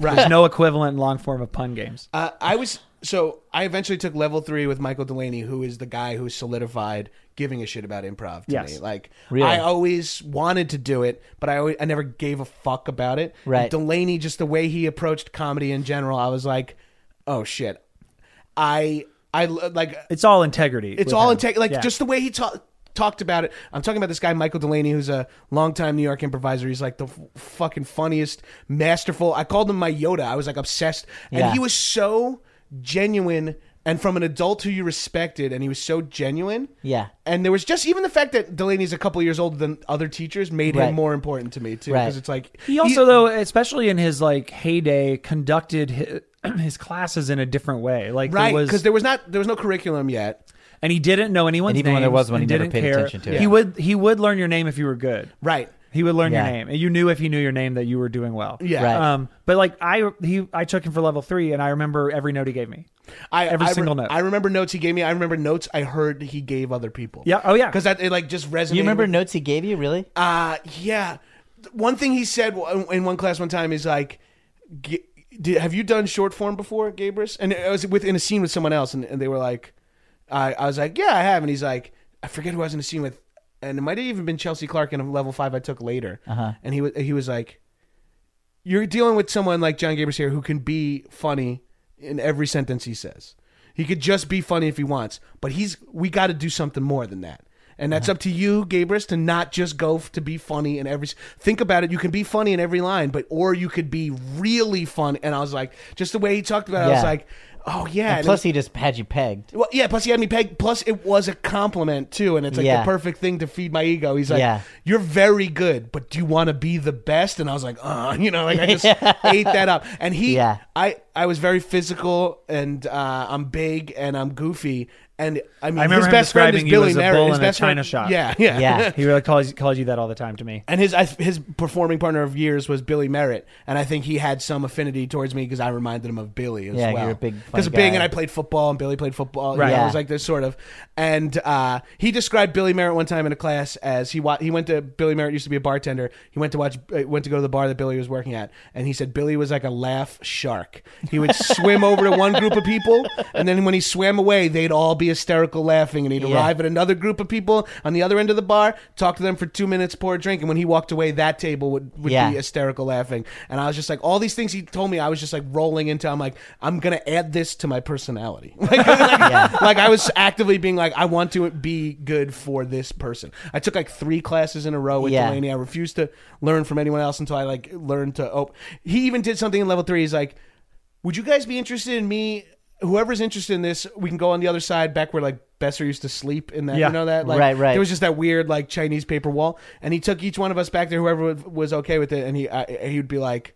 E: right.
D: There's no equivalent in long form of pun games.
E: Uh, I was so I eventually took level three with Michael Delaney, who is the guy who solidified giving a shit about improv to
D: Yes.
E: me. Like
C: Really?
E: I always wanted to do it, but I always, I never gave a fuck about it. And
C: Right.
E: Delaney, just the way he approached comedy in general, I was like, oh shit, I I like
D: It's all integrity.
E: it's
D: with
E: all
D: him.
E: in tech. Like
D: Yeah.
E: just the way he talked. Talked about it. I'm talking about this guy Michael Delaney, who's a longtime New York improviser. He's like the f- fucking funniest, masterful. I called him my Yoda. I was like obsessed, and
C: Yeah.
E: he was so genuine, and from an adult who you respected, and he was so genuine.
C: Yeah.
E: And there was just even the fact that Delaney's a couple years older than other teachers made
C: Right.
E: him more important to me too,
C: Right.
E: because it's like
D: He also, though, especially in his like heyday, conducted his, his classes in a different way. Like
E: right
D: there was,
E: because there was not there was no curriculum yet.
D: and he didn't know anyone's
C: And even when there
D: names
C: was one,
D: and
C: he never
D: didn't
C: paid
D: care.
C: attention to it.
D: He would he would learn your name if you were good.
E: Right.
D: He would learn
C: Yeah.
D: your name, and you knew if he knew your name that you were doing well.
E: Yeah.
C: Right.
D: Um, but like I he I took him for level three, and I remember every note he gave me.
E: I,
D: Every
E: I re-
D: single note.
E: I remember notes he gave me. I remember notes I heard he gave other people.
D: Yeah, oh, yeah.
E: Because that it like just resonated.
C: You remember notes he gave you? Really?
E: Uh, yeah. Th- One thing he said w- in one class one time is like, G- did, "Have you done short form before, Gabrus?" And I was within a scene with someone else, and, and they were like, I, "I was like, yeah, I have." And he's like, "I forget who I was in a scene with, and it might have even been Chelsea Clark in a level five I took later." Uh-huh. And he was he was like, "You're dealing with someone like John Gabrus here who can be funny in every sentence he says. He could just be funny if he wants, but he's we got to do something more than that." And
C: Uh-huh.
E: that's up to you, Gabrus, to not just go f- to be funny in every. s- Think about it. You can be funny in every line, but or you could be really fun. And I was like, just the way he talked about it, I was
C: Yeah.
E: like, oh yeah. And it
C: Plus,
E: was-
C: he just had you pegged.
E: well, yeah. Plus, he had me pegged. Plus, it was a compliment too, and it's like
C: Yeah.
E: the perfect thing to feed my ego. He's like,
C: Yeah.
E: "You're very good, but do you want to be the best?" And I was like, "Uh, you know, like I just ate that up." And he,
C: Yeah.
E: I, I was very physical, and uh, I'm big, and I'm goofy, and I mean,
D: I remember
E: his
D: him
E: best friend is
D: describing you
E: Billy
D: as a
E: Merritt.
D: bull
E: his
D: in a
E: best friend-
D: china shop.
E: Yeah, yeah,
C: Yeah.
D: He really calls calls you that all the time to me.
E: and his I, his performing partner of years was Billy Merritt, and I think he had some affinity towards me because I reminded him of Billy as
C: Yeah,
E: well.
C: you're a big, funny
E: because being
C: guy.
E: and I played football, and Billy played football. Right,
D: Right.
E: it
C: Yeah.
E: was like this sort of. And uh, he described Billy Merritt one time in a class as he wa- he went to Billy Merritt used to be a bartender. He went to watch uh, went to go to the bar that Billy was working at, and he said Billy was like a laugh shark. He would swim over to one group of people, and then when he swam away, they'd all be hysterical laughing, and he'd
C: Yeah.
E: arrive at another group of people on the other end of the bar, talk to them for two minutes, pour a drink, and when he walked away, that table would, would
C: Yeah.
E: be hysterical laughing. And I was just like, all these things he told me, I was just like rolling into. I'm like, I'm gonna add this to my personality. Like, like, like, I was actively being like, I want to be good for this person. I took like three classes in a row with
C: Yeah.
E: Delaney. I refused to learn from anyone else until I like learned to. Oh, he even did something in level three. He's like, would you guys be interested in me? Whoever's interested in this, we can go on the other side, back where like Besser used to sleep in that.
D: Yeah.
E: You know that, like,
C: Right, right.
E: There was just that weird like Chinese paper wall, and he took each one of us back there, whoever was- was okay with it, and he I, he would be like,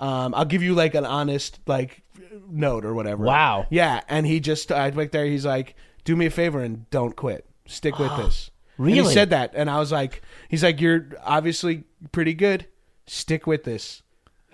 E: um, "I'll give you like an honest like note or whatever."
C: Wow.
E: Yeah, and he just I went there. He's like, "Do me a favor and don't quit. Stick with this." And
C: Really?
E: he said that, and I was like, "He's like, you're obviously pretty good. Stick with this."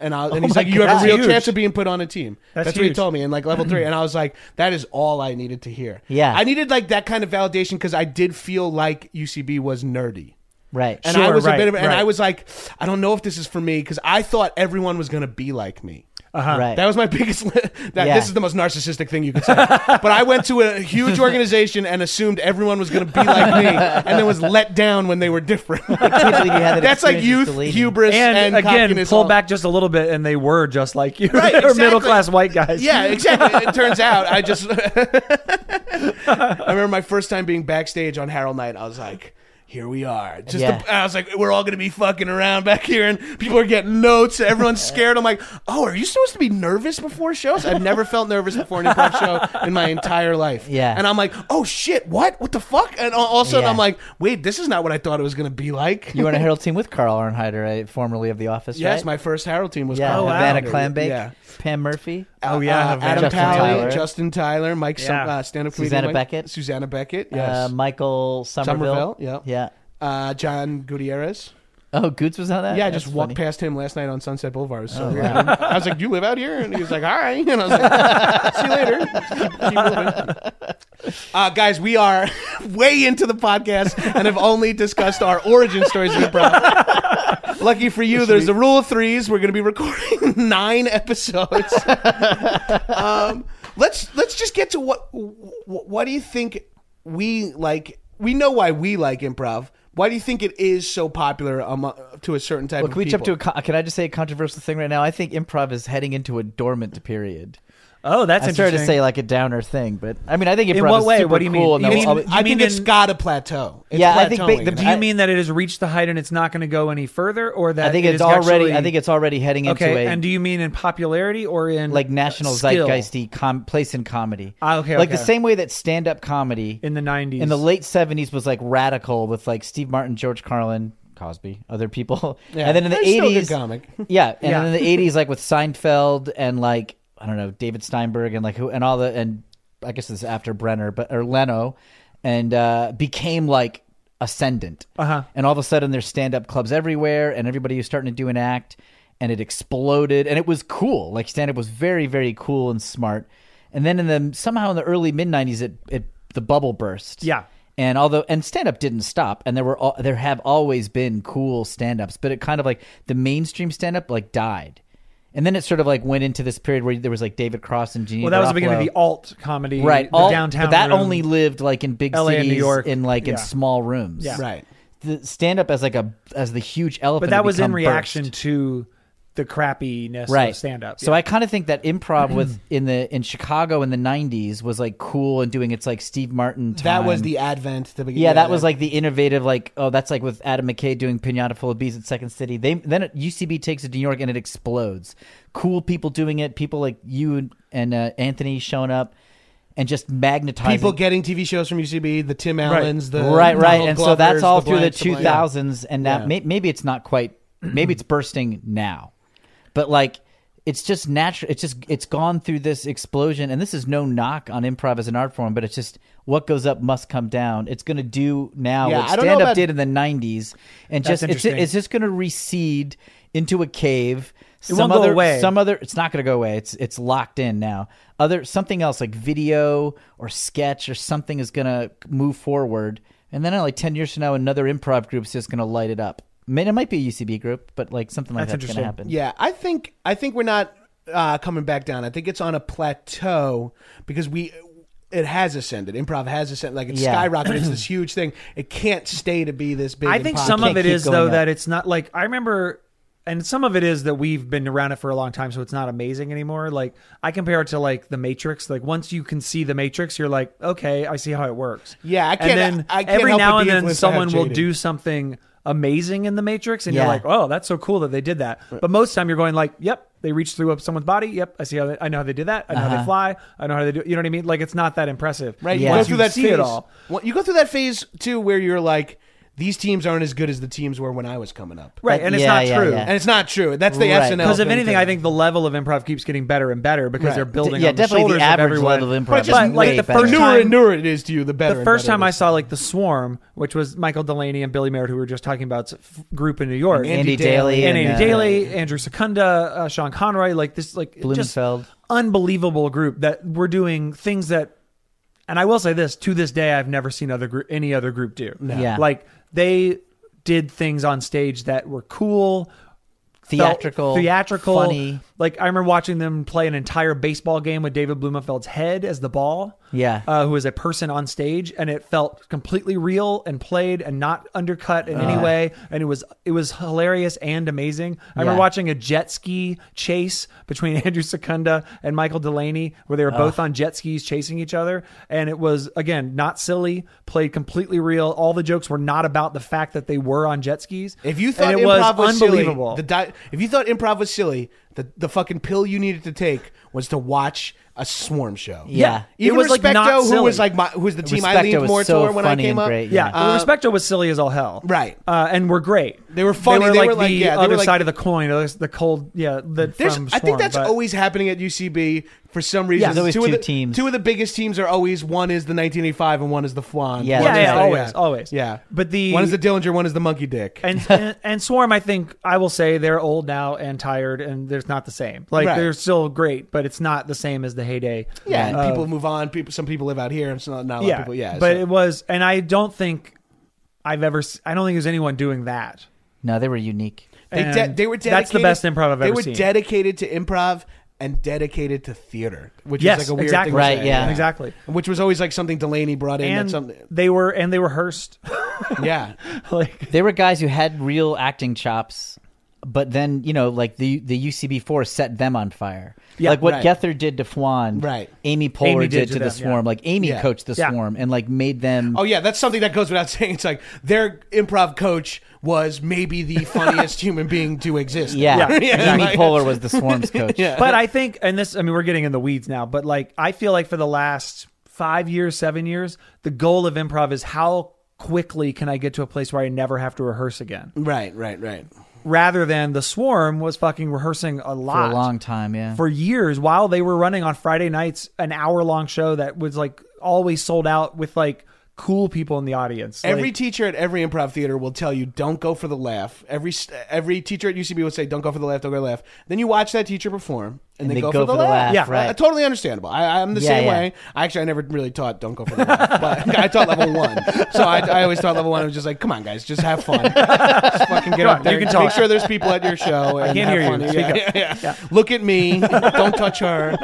E: And I and he's
D: Oh my
E: like, "You
D: God.
E: have a real
D: Huge.
E: chance of being put on a team."
D: That's
E: That's what he
D: huge.
E: told me in like level three, and I was like, "That is all I needed to hear."
C: Yeah.
E: I needed like that kind of validation because I did feel like UCB was nerdy.
C: Right.
E: And I
D: Sure,
E: was a
D: right,
E: bit of, and
D: right.
E: I was like, I don't know if this is for me because I thought everyone was going to be like me.
D: Uh-huh.
C: Right.
E: That was my biggest. li- that
C: Yeah.
E: this is the most narcissistic thing you could say. but I went to a huge organization and assumed everyone was going to be like me, and then was let down when they were different.
C: can't believe you had that
E: That's like
C: experience
E: youth
C: with Delaney.
E: hubris and,
D: And, again,
E: cockiness
D: pull
E: all-
D: back just a little bit, and they were just like you.
E: Right,
D: they were
E: exactly.
D: middle class white guys.
E: Yeah, exactly. It turns out I just. I remember my first time being backstage on Harold Night. I was like. Here we are. Just
C: Yeah.
E: the, I was like, we're all gonna be fucking around back here, and people are getting notes. Everyone's scared. I'm like, oh, are you supposed to be nervous before shows? I've never felt nervous before an improv show in my entire life.
C: Yeah.
E: and I'm like, oh shit, what? What the fuck? And all, all of a sudden,
C: Yeah.
E: I'm like, wait, this is not what I thought it was gonna be like.
C: You were on a Herald team with Carl Arnheider, right? formerly of The Office,
E: yes,
C: right?
E: my first Harold team was
C: yeah,
E: Carl
C: Havana
E: Louder.
C: Clambake,
E: Yeah.
C: Pam Murphy.
D: Oh yeah.
E: Uh, Adam
C: Justin
E: Pally,
C: Tyler.
E: Justin Tyler, Mike, some,
D: Yeah.
E: uh, stand-up comedian,
C: Susanna
E: Mike-
C: Beckett.
E: Susanna Beckett, yes.
C: uh, Michael
E: Somerville,
C: Somerville.
E: yeah.
C: Yeah.
E: uh, John Gutierrez.
C: Oh, Goots was on that?
E: yeah, I
C: That's
E: just walked
C: funny. Oh,
E: past him last night on Sunset Boulevard. It was so weird. I was like, "You live out here?" And he was like, "All right." And I was like, "See you later." Keep- keep moving. Uh, guys, we are way into the podcast and have only discussed our origin stories of improv. Lucky for you, there's the rule of threes. We're going to be recording nine episodes. um, let's let's just get to what wh- what do you think we like? We know why we like improv. Why do you think it is so popular among, to a certain type
C: Well,
E: of
C: can we jump to
E: people?
C: a? co- Can I just say a controversial thing right now? I think improv is heading into a dormant period.
D: Oh, that's
C: I'm sorry to
D: interesting.
C: say like a downer thing, but I mean I think improv
D: what
C: is
D: way?
C: super
D: What do you
C: cool. and
D: mean? You
C: that
D: mean-
C: will always-
D: I
E: I think
D: mean,
E: it's
D: in-
E: got to plateau. It's
C: Yeah, I think big-
E: plateauing.
C: the-
E: And
D: Do
C: I-
D: you mean that it has reached the height and it's not going to go any further, or that
C: I think it's
D: it is
C: already.
D: actually-
C: I think it's already heading into
D: okay.
C: a
D: and do you mean in popularity or in
C: like national
D: skill?
C: zeitgeisty com- place in comedy.
D: Ah, okay,
C: like the
D: okay.
C: same way that stand-up comedy
D: in the '90s?
C: in the late '70s was like radical with like Steve Martin, George Carlin, Cosby, other people, and then in the
E: There's still a good
C: '80s,
E: comic.
C: yeah, and
D: Yeah.
C: then in the '80s like with Seinfeld and like I don't know David Steinberg and like who and all the and I guess this is after Brenner, but or Leno, and uh, became like ascendant.
D: Uh-huh.
C: And all of a sudden, there's stand up clubs everywhere, and everybody was starting to do an act, and it exploded, and it was cool. Like stand up was very, very cool and smart. And then in the somehow in the early mid '90s, it, it the bubble burst.
D: Yeah.
C: And although and stand up didn't stop, and there were all, there have always been cool stand ups, but it kind of like the mainstream stand up like died. And then it sort of like went into this period where there was like David Cross and Gene.
D: Well, that was the beginning of
C: Garofalo
D: the alt comedy,
C: right?
D: The
C: all-
D: downtown,
C: but that
D: room.
C: only lived like in big
D: LA and
C: cities,
D: New York.
C: in like in
D: Yeah.
C: small rooms,
D: Yeah.
B: Right.
C: The stand up as like a as the huge elephant,
D: but
C: had
D: that was in
C: become
D: reaction
C: burst.
D: to the crappiness
C: right
D: of stand up.
C: So I kind of think that improv with in the in Chicago in the '90s was like cool and doing its like Steve Martin. Time.
E: That was the advent. The beginning.
C: Yeah, that was like the innovative, like oh, that's like with Adam McKay doing Pinata Full of Bees at Second City. They then it, UCB takes it to New York and it explodes. Cool people doing it, people like you and uh, Anthony showing up and just magnetizing
E: people getting TV shows from UCB, the Tim Allens, the
C: right, right,
E: Donald
C: and so
E: Glovers,
C: that's all
E: the
C: through the
E: blanks,
C: two
E: blanks. Yeah.
C: thousands, and now
E: Yeah.
C: may, maybe it's not quite, maybe it's bursting now, but like it's just natural. It's just it's gone through this explosion, and this is no knock on improv as an art form, but it's just what goes up must come down. It's going to do now
E: Yeah,
C: what
E: I don't know
C: stand up
E: about-
C: did in the nineties, and
D: That's
C: just it's,
D: interesting.
C: it's just going to recede into a cave.
D: It
C: some
D: won't go
C: other
D: away.
C: some other it's not going to go away it's it's locked in now other something else like video or sketch or something is going to move forward and then like 10 years from now another improv group's just going to light it up I mean, it might be a UCB group but like something like
D: That's
C: that's, going to
D: interesting.
E: Yeah,
C: happen
E: I think I think we're not uh, coming back down. I think it's on a plateau because we it has ascended. Improv has ascended. Like it's
C: Yeah.
E: skyrocketed. it's this huge thing. It can't stay to be this big.
D: I
E: and
D: think
E: pop-
D: some
C: can't
D: of it
C: keep
D: is
C: going
D: though
C: up.
D: that it's not like I remember, and some of it is that we've been around it for a long time, so it's not amazing anymore. Like I compare it to like The Matrix. Like once you can see The Matrix, you're like, okay, I see how it works.
E: Yeah, I can't-
D: And then
E: I can't
D: every
E: help
D: now
E: but
D: and
E: be
D: then
E: influenced by how
D: someone will
E: jaded.
D: do something amazing in The Matrix, and
C: Yeah.
D: you're like, oh, that's so cool that they did that. But most of the time, you're going like, yep. They reach through up someone's body. Yep, I see how they, I know how they did that. I know how they fly. I know how they do. You know what I mean? Like it's not that impressive.
E: Uh-huh. right. You
C: Yeah.
E: go
D: Once
E: through
D: you
E: that
D: see
E: phase.
D: it all.
E: Well, you go through that phase too, where you're like, these teams aren't as good as the teams were when I was coming up.
D: Right,
C: That-
D: and it's
C: yeah,
D: not
C: yeah,
D: true.
C: yeah.
E: And it's not true. That's the
C: Right.
E: SNL.
D: Because if
E: thing,
D: anything,
E: too.
D: I think the level of improv keeps getting better and better because
E: Right.
D: they're building.
C: yeah
D: on the
C: definitely
D: shoulders
C: the
D: of
C: average
D: everyone.
C: level of improv
E: But
C: is
E: just
D: But, like,
C: way
D: the
C: better.
D: first
E: newer
D: time-
E: and newer it is to you, the better.
D: The
E: and
D: first
E: better
D: time
E: it
D: I
E: is.
D: saw like the Swarm, which was Michael Delaney and Billy Merritt, who we were just talking about, f- group in New York,
C: Andy, Daly
D: and Andy
C: uh,
D: Daly, Andrew Secunda, uh, Sean Conroy, like this, like just
C: Blumenfeld.
D: unbelievable group that we're doing things that, and I will say this to this day, I've never seen other group any other group do.
C: Yeah.
D: like they did things on stage that were cool. felt
C: theatrical
D: theatrical,
C: funny
D: Like I remember watching them play an entire baseball game with David Blumenfeld's head as the ball.
C: Yeah.
D: uh, who is a person on stage, and it felt completely real and played and not undercut in
C: Uh.
D: any way. And it was it was hilarious and amazing. I remember
C: Yeah.
D: watching a jet ski chase between Andrew Secunda and Michael Delaney, where they were both on jet skis chasing each other, and it was again not silly, played completely real. All the jokes were not about the fact that they were on jet skis.
E: If you
D: And
E: thought
D: it was
E: improv was,
D: unbelievable,
E: silly, the di- if you thought improv was silly, the the fucking pill you needed to take was to watch a swarm show.
C: Yeah.
E: even
D: It was, like,
E: Respecto,
D: not
E: who
D: silly.
E: was like my, who was the team I
C: Respecto
E: leaned
C: was
E: more
C: so
E: toward when I
C: funny
E: came
C: and
E: up.
C: great,
D: Yeah,
E: Uh,
D: Respecto was silly as all hell.
E: Right.
D: Uh, and were great.
E: They were funny.
D: They were
E: They
D: like
E: were like-
D: the
E: yeah, they
D: other
E: were like-
D: side of the coin. The, the cold, yeah. The
E: There's,
D: from
E: I
D: Swarm,
E: think that's
D: but-
E: always happening at UCB for some reason.
C: there's always
E: of
C: two
E: the,
C: teams.
E: Two of the biggest teams are always one is the 1985 and one is the Flan.
C: Yeah.
E: One
D: Yeah,
E: is
D: yeah,
E: the-
D: always, always.
E: yeah.
D: But the-
E: one is the Dillinger, one is the Monkey Dick.
D: And, and and Swarm, I think I will say they're old now and tired, and there's not the same. Like
E: Right.
D: they're still great, but it's not the same as the heyday.
E: yeah, and
D: Uh,
E: people move on. People, some people live out here, and so not, a lot
D: yeah.
E: of people. Yeah,
D: but
E: so-
D: it was, and I don't think I've ever. s- I don't think there's anyone doing that.
C: no they were unique
E: They,
D: And
E: de- they were dedicated.
D: That's the best improv I've
E: they
D: ever
E: were
D: seen.
E: dedicated to improv and dedicated to theater, which
D: Yes,
E: was like a weird
D: exactly.
E: thing. to
C: Right,
E: say.
C: yeah.
D: Exactly.
E: Which was always like something Delaney brought in.
D: And
E: And something,
D: they were, and they rehearsed.
E: yeah,
D: like
C: They were guys who had real acting chops, but then you know, like the the UCB four set them on fire.
D: Yeah,
C: like what
E: right.
C: Gether did to Flan,
E: Right.
C: Amy Poehler
D: Amy
C: did, to, the
D: them, yeah.
C: Swarm. Like Amy
E: Yeah.
C: coached the
D: Yeah.
C: Swarm and like made them.
E: oh yeah, that's something that goes without saying. It's like their improv coach was maybe the funniest human being to exist.
C: yeah,
D: yeah,
C: Amy
E: like-
C: Poehler was the Swarm's coach.
D: but I think, and this, I mean, we're getting in the weeds now, but like, I feel like for the last five years, seven years, the goal of improv is how quickly can I get to a place where I never have to rehearse again,
E: Right, right, right.
D: rather than the swarm was fucking rehearsing a
C: for
D: lot
C: a long time. Yeah,
D: for years while they were running on Friday nights, an hour long show that was like always sold out with like cool people in the audience.
E: Every
D: Like,
E: teacher at every improv theater will tell you, "Don't go for the laugh." Every st- every teacher at UCB would say, "Don't go for the laugh, don't go for the laugh." Then you watch that teacher perform, and, they, go, for, the, laugh.
D: Yeah.
C: right.
E: Uh, totally understandable. I, I'm the
C: Yeah,
E: same
C: yeah.
E: way. I actually I never really taught "Don't go for the laugh," but I taught level one, so I, I always taught level one. I was just like, "Come on, guys, just have fun. just fucking get
D: Come
E: up
D: on,
E: there.
D: you can
E: Make
D: talk."
E: sure there's people at your show. And
D: can't
E: have
D: hear you.
E: fun. Yeah,
D: Speak up.
E: yeah, yeah. Look at me. Don't touch her.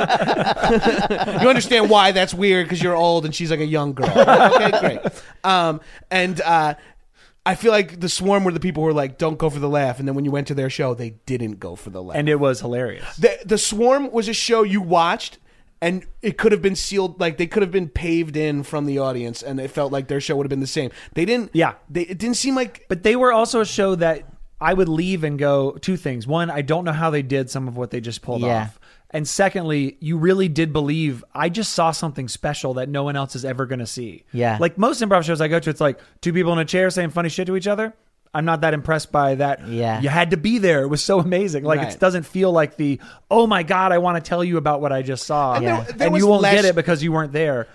E: Uh, you understand why that's weird because you're old and she's like a young girl. Okay, great. Um, and uh, I feel like the swarm were the people who were like, "Don't go for the laugh," and then when you went to their show, they didn't go for the laugh.
D: and it was hilarious.
E: The, the Swarm was a show you watched, and it could have been sealed. Like they could have been paved in from the audience, and it felt like their show would have been the same. They didn't.
D: Yeah.
E: They, it didn't seem like.
D: But they were also a show that I would leave and go two things. One, I don't know how they did some of what they just pulled
C: Yeah.
D: off. And secondly, you really did believe I just saw something special that no one else is ever going to see.
C: Yeah.
D: Like most improv shows I go to, it's like two people in a chair saying funny shit to each other. I'm not that impressed by that.
C: Yeah.
D: You had to be there. It was so amazing. Like
E: Right.
D: it doesn't feel like the, oh my God, I want to tell you about what I just saw. And,
E: there- there was
D: you won't
E: less-
D: get it because you weren't there.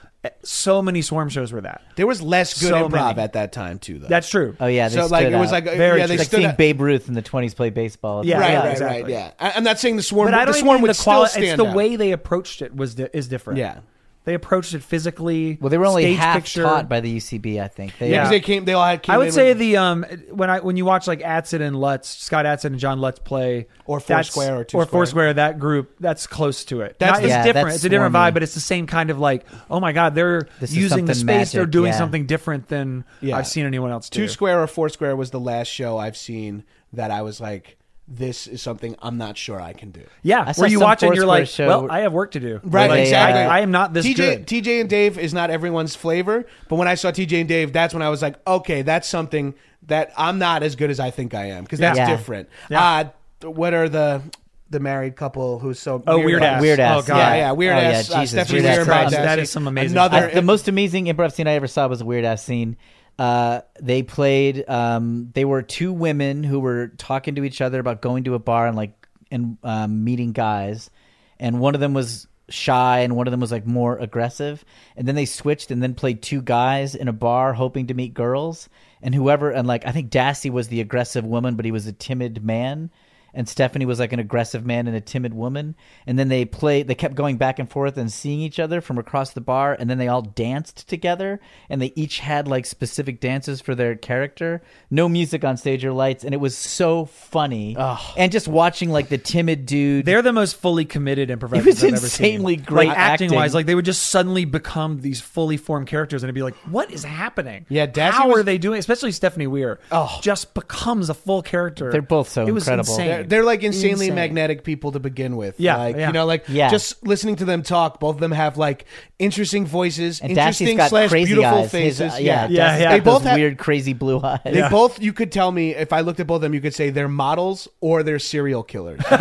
D: So many swarm shows were that.
E: There was less good
D: So
E: improv
D: many.
E: at that time too, though.
D: That's true.
C: Oh yeah, they
E: so like
C: stood
E: it was
C: out.
E: like uh,
D: Very
E: yeah they
D: true.
C: like
E: stood
C: seeing
E: out-
C: Babe Ruth in the twenties play baseball. It's
D: Yeah,
C: like,
E: right,
D: yeah,
E: right, right,
D: exactly.
E: yeah. I, I'm not saying the Swarm, but,
D: I
E: the
D: don't even
E: Swarm
D: think
E: would
D: the quali-
E: still stand
D: It's the
E: out.
D: way they approached it was di- is different.
E: Yeah.
D: they approached it physically.
C: Well, they were only
D: stage
C: half
D: picture.
C: taught by the UCB. I think. They,
E: Yeah, 'cause
D: Yeah.
E: they came. They all had. Came
D: I would
E: in
D: say
E: with-
D: the um when I when you watch like Atsit and Lutz, Scott Atsit and John Lutz play
E: Or
D: that's-
E: Foursquare or Two
D: or
E: Square.
D: Foursquare that group that's close to it.
E: That's
D: That's
E: the-
D: it's
C: Yeah,
D: different.
C: that's
D: it's a different
C: swarmy.
D: vibe, but it's the same kind of like oh my god they're
C: This is
D: using the
C: something
D: space. they're
C: magic,
D: doing
C: yeah.
D: something different than
E: Yeah.
D: I've seen anyone else do.
E: Two Square or Four Square was the last show I've seen that I was like, this is something I'm not sure I can do.
D: yeah,
C: saw
D: where you
C: some
D: watch it, and you're
C: Foursquare
D: like,
C: show-
D: well, I have work to do.
E: Right,
D: Like, I-
E: exactly.
D: I, am not this
E: TJ,
D: good.
E: TJ and Dave is not everyone's flavor, but when I saw TJ and Dave, that's when I was like, okay, that's something that I'm not as good as I think I am because that's
C: Yeah.
E: different.
D: Yeah.
E: Uh, what are the the married couple who's so
D: Oh, Weird Ass.
C: Weird
D: Oh,
C: ass.
D: God.
E: Yeah, yeah, weird
C: oh,
E: ass.
C: Yeah,
E: uh,
C: Jesus,
E: Stephanie
C: Weird Ass
E: Weir
D: Christ.
E: Badass.
D: That is some amazing
E: Another
C: I- the most amazing improv scene I ever saw was a weird ass scene. Uh, they played. Um, they were two women who were talking to each other about going to a bar and like and um, meeting guys, and one of them was shy and one of them was like more aggressive and then they switched and then played two guys in a bar hoping to meet girls and whoever and like i think Dassey was the aggressive woman but he was a timid man and Stephanie was like an aggressive man and a timid woman. And then they played, they kept going back and forth and seeing each other from across the bar. And then they all danced together and they each had like specific dances for their character. No music on stage or lights. And it was so funny. And just watching like the timid dude.
D: They're the most fully committed improvisers.
C: It was
D: I've ever
C: insanely
D: seen.
C: great
D: like, acting,
C: acting.
D: wise. Like they would just suddenly become these fully formed characters, and it'd be like, what is happening?
E: Yeah, Dassey
D: how
E: was-
D: are they doing? Especially Stephanie Weir,
E: Oh.
D: just becomes a full character.
C: They're both so
D: it was
C: incredible.
D: Insane.
E: They're, they're like insanely
D: Insane.
E: magnetic people to begin with.
D: Yeah,
E: like
D: yeah.
E: you know, like
C: Yeah.
E: just listening to them talk. Both of them have like interesting voices,
C: and Dassey's
E: interesting
C: got
E: slash
C: crazy
E: beautiful
C: eyes. His-
E: faces.
C: uh, yeah,
D: Yeah,
C: Dassey's
D: yeah.
C: got
D: They
C: those
E: both had-
C: weird, crazy blue eyes.
E: They both, you could tell me if I looked at both of them, you could say they're models or they're serial killers, and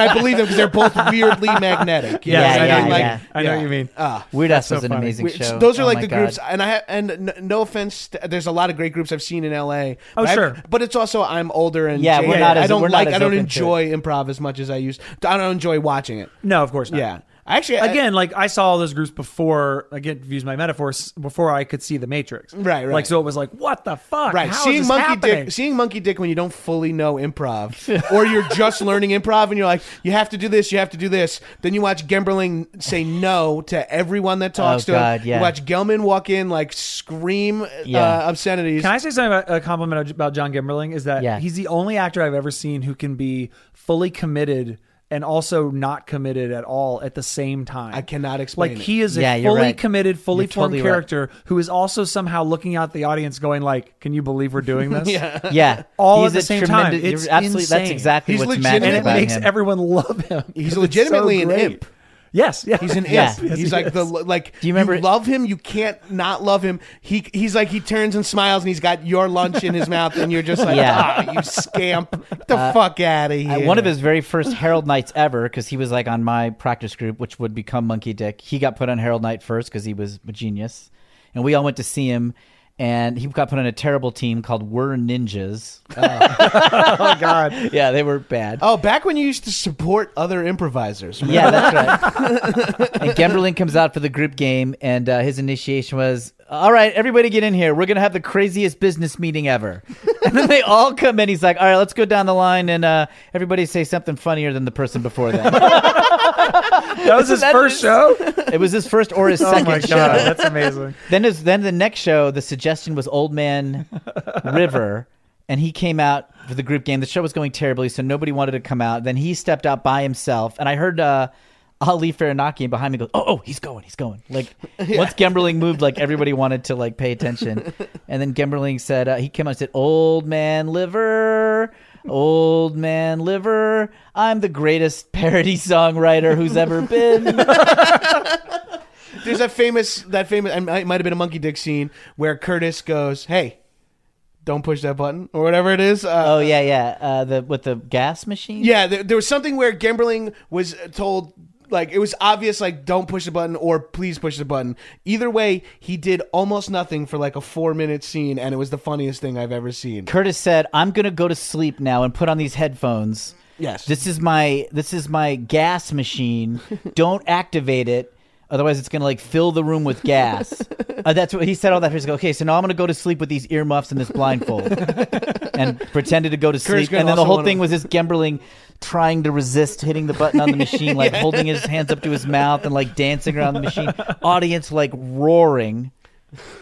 E: I believe them because they're both weirdly magnetic. you
D: Yeah,
E: know?
D: yeah,
E: I mean,
D: yeah,
E: like,
C: yeah.
D: I know what you mean.
E: Ah.
C: Weird Ass
D: so
C: was an
D: funny.
C: amazing
E: We-
C: show.
E: Those are
C: Oh
E: like
C: my
E: the
C: God.
E: groups, and I ha- and n- no offense, to- there's a lot of great groups I've seen in L.A.
D: Oh,
E: but I-
D: sure.
E: but it's also I'm older and
C: Yeah,
E: jaded.
C: we're not
E: I
C: as-
E: don't
C: we're not
E: like
C: as
E: I don't
C: open to
E: enjoy improv as much as I used. I don't enjoy watching it.
C: Uh,
D: No, of course not.
E: Yeah, I actually I-
D: Again, like I saw all those groups before. Again, to use my metaphors before I could see the Matrix.
E: Right, right.
D: Like so, it was like, what the fuck?
E: Right,
D: How is
E: seeing
D: this
E: monkey
D: happening?
E: dick, seeing monkey dick when you don't fully know improv, or you're just learning improv and you're like, you have to do this, you have to do this. Then you watch Gemberling say no to everyone that talks to
C: Oh, God,
E: him.
C: yeah.
E: You watch Gelman walk in like scream
C: Yeah.
E: uh, obscenities.
D: Can I say something about a compliment about John Gimberling? Is that
C: Yeah.
D: he's the only actor I've ever seen who can be fully committed and also not committed at all at the same time.
E: I cannot explain
D: Like
E: it.
D: he is a
C: Yeah, you're
D: fully
C: right.
D: committed, fully
C: You're
D: formed
C: totally right.
D: character who is also somehow looking out the audience, going like, "Can you believe we're doing this?" yeah.
C: yeah,
D: uh, all
C: He's
D: at the
C: a
D: same
C: tremendous-
D: time.
C: you're
D: It's
C: absolutely, that's
D: insane.
C: exactly
E: He's
C: what's
E: legitimate
C: magic
D: And it
C: about
D: makes
C: him.
D: everyone love him.
E: He's
D: It's so
E: legitimately an
D: great.
E: imp.
D: Yes, yeah,
E: He's an imp.
C: Yeah.
E: He's
D: Yes, he
E: like the
D: is.
E: like.
C: Do you remember-
E: You love him. You can't not love him. He he's like he turns and smiles and he's got your lunch in his mouth and you're just like,
C: Yeah.
E: ah, you scamp, Get the fuck out of
C: Uh,
E: here.
C: One of his very first Herald Nights ever, because he was like on my practice group, which would become Monkey Dick. He got put on Herald Night first because he was a genius, and we all went to see him. and he got put on a terrible team called We're Ninjas.
D: Oh God.
C: yeah, they were bad.
E: Oh, back when you used to support other improvisers. remember?
C: Yeah, that's right. and Gemberlin comes out for the group game, and uh, his initiation was, "All right, everybody get in here. We're gonna have the craziest business meeting ever." and then they all come in. He's like, "All right, let's go down the line, and uh, everybody say something funnier than the person before them."
D: That was his
C: That
D: first
C: is-
D: show.
C: it was his first or his
D: Oh
C: second
D: my
C: show.
D: God, that's amazing.
C: Then his, then the next show, the suggestion was Old Man River, and he came out for the group game. The show was going terribly, so nobody wanted to come out. Then he stepped out by himself, and I heard uh, Ali Farinaki behind me go, "Oh, oh, he's going, he's going!" Like once Gemberling moved, like everybody wanted to like pay attention. And then Gemberling said uh, he came out and said, "Old Man Liver." Old man liver, I'm the greatest parody songwriter who's ever been.
E: There's that famous, that famous, it might might have been a Monkey Dick scene where Curtis goes, hey, don't push that button or whatever it is. Uh,
C: oh yeah, yeah. Uh, the with the gas machine.
E: Yeah, there, there was something where Gemberling was told, like, it was obvious, like, don't push the button or please push the button. Either way, he did almost nothing for like a four minute scene, and it was the funniest thing I've ever seen.
C: Curtis said, "I'm gonna go to sleep now and put on these headphones.
E: Yes.
C: this is my this is my gas machine. Don't activate it, otherwise it's gonna like fill the room with gas." uh, that's what he said. All that years ago. Okay, so now I'm gonna go to sleep with these earmuffs and this blindfold, and pretended to go to sleep.
E: gonna
C: And then the
E: also
C: whole
E: wanna-
C: thing was this Gemberling trying to resist hitting the button on the machine, like holding his hands up to his mouth and like dancing around the machine. Audience like roaring.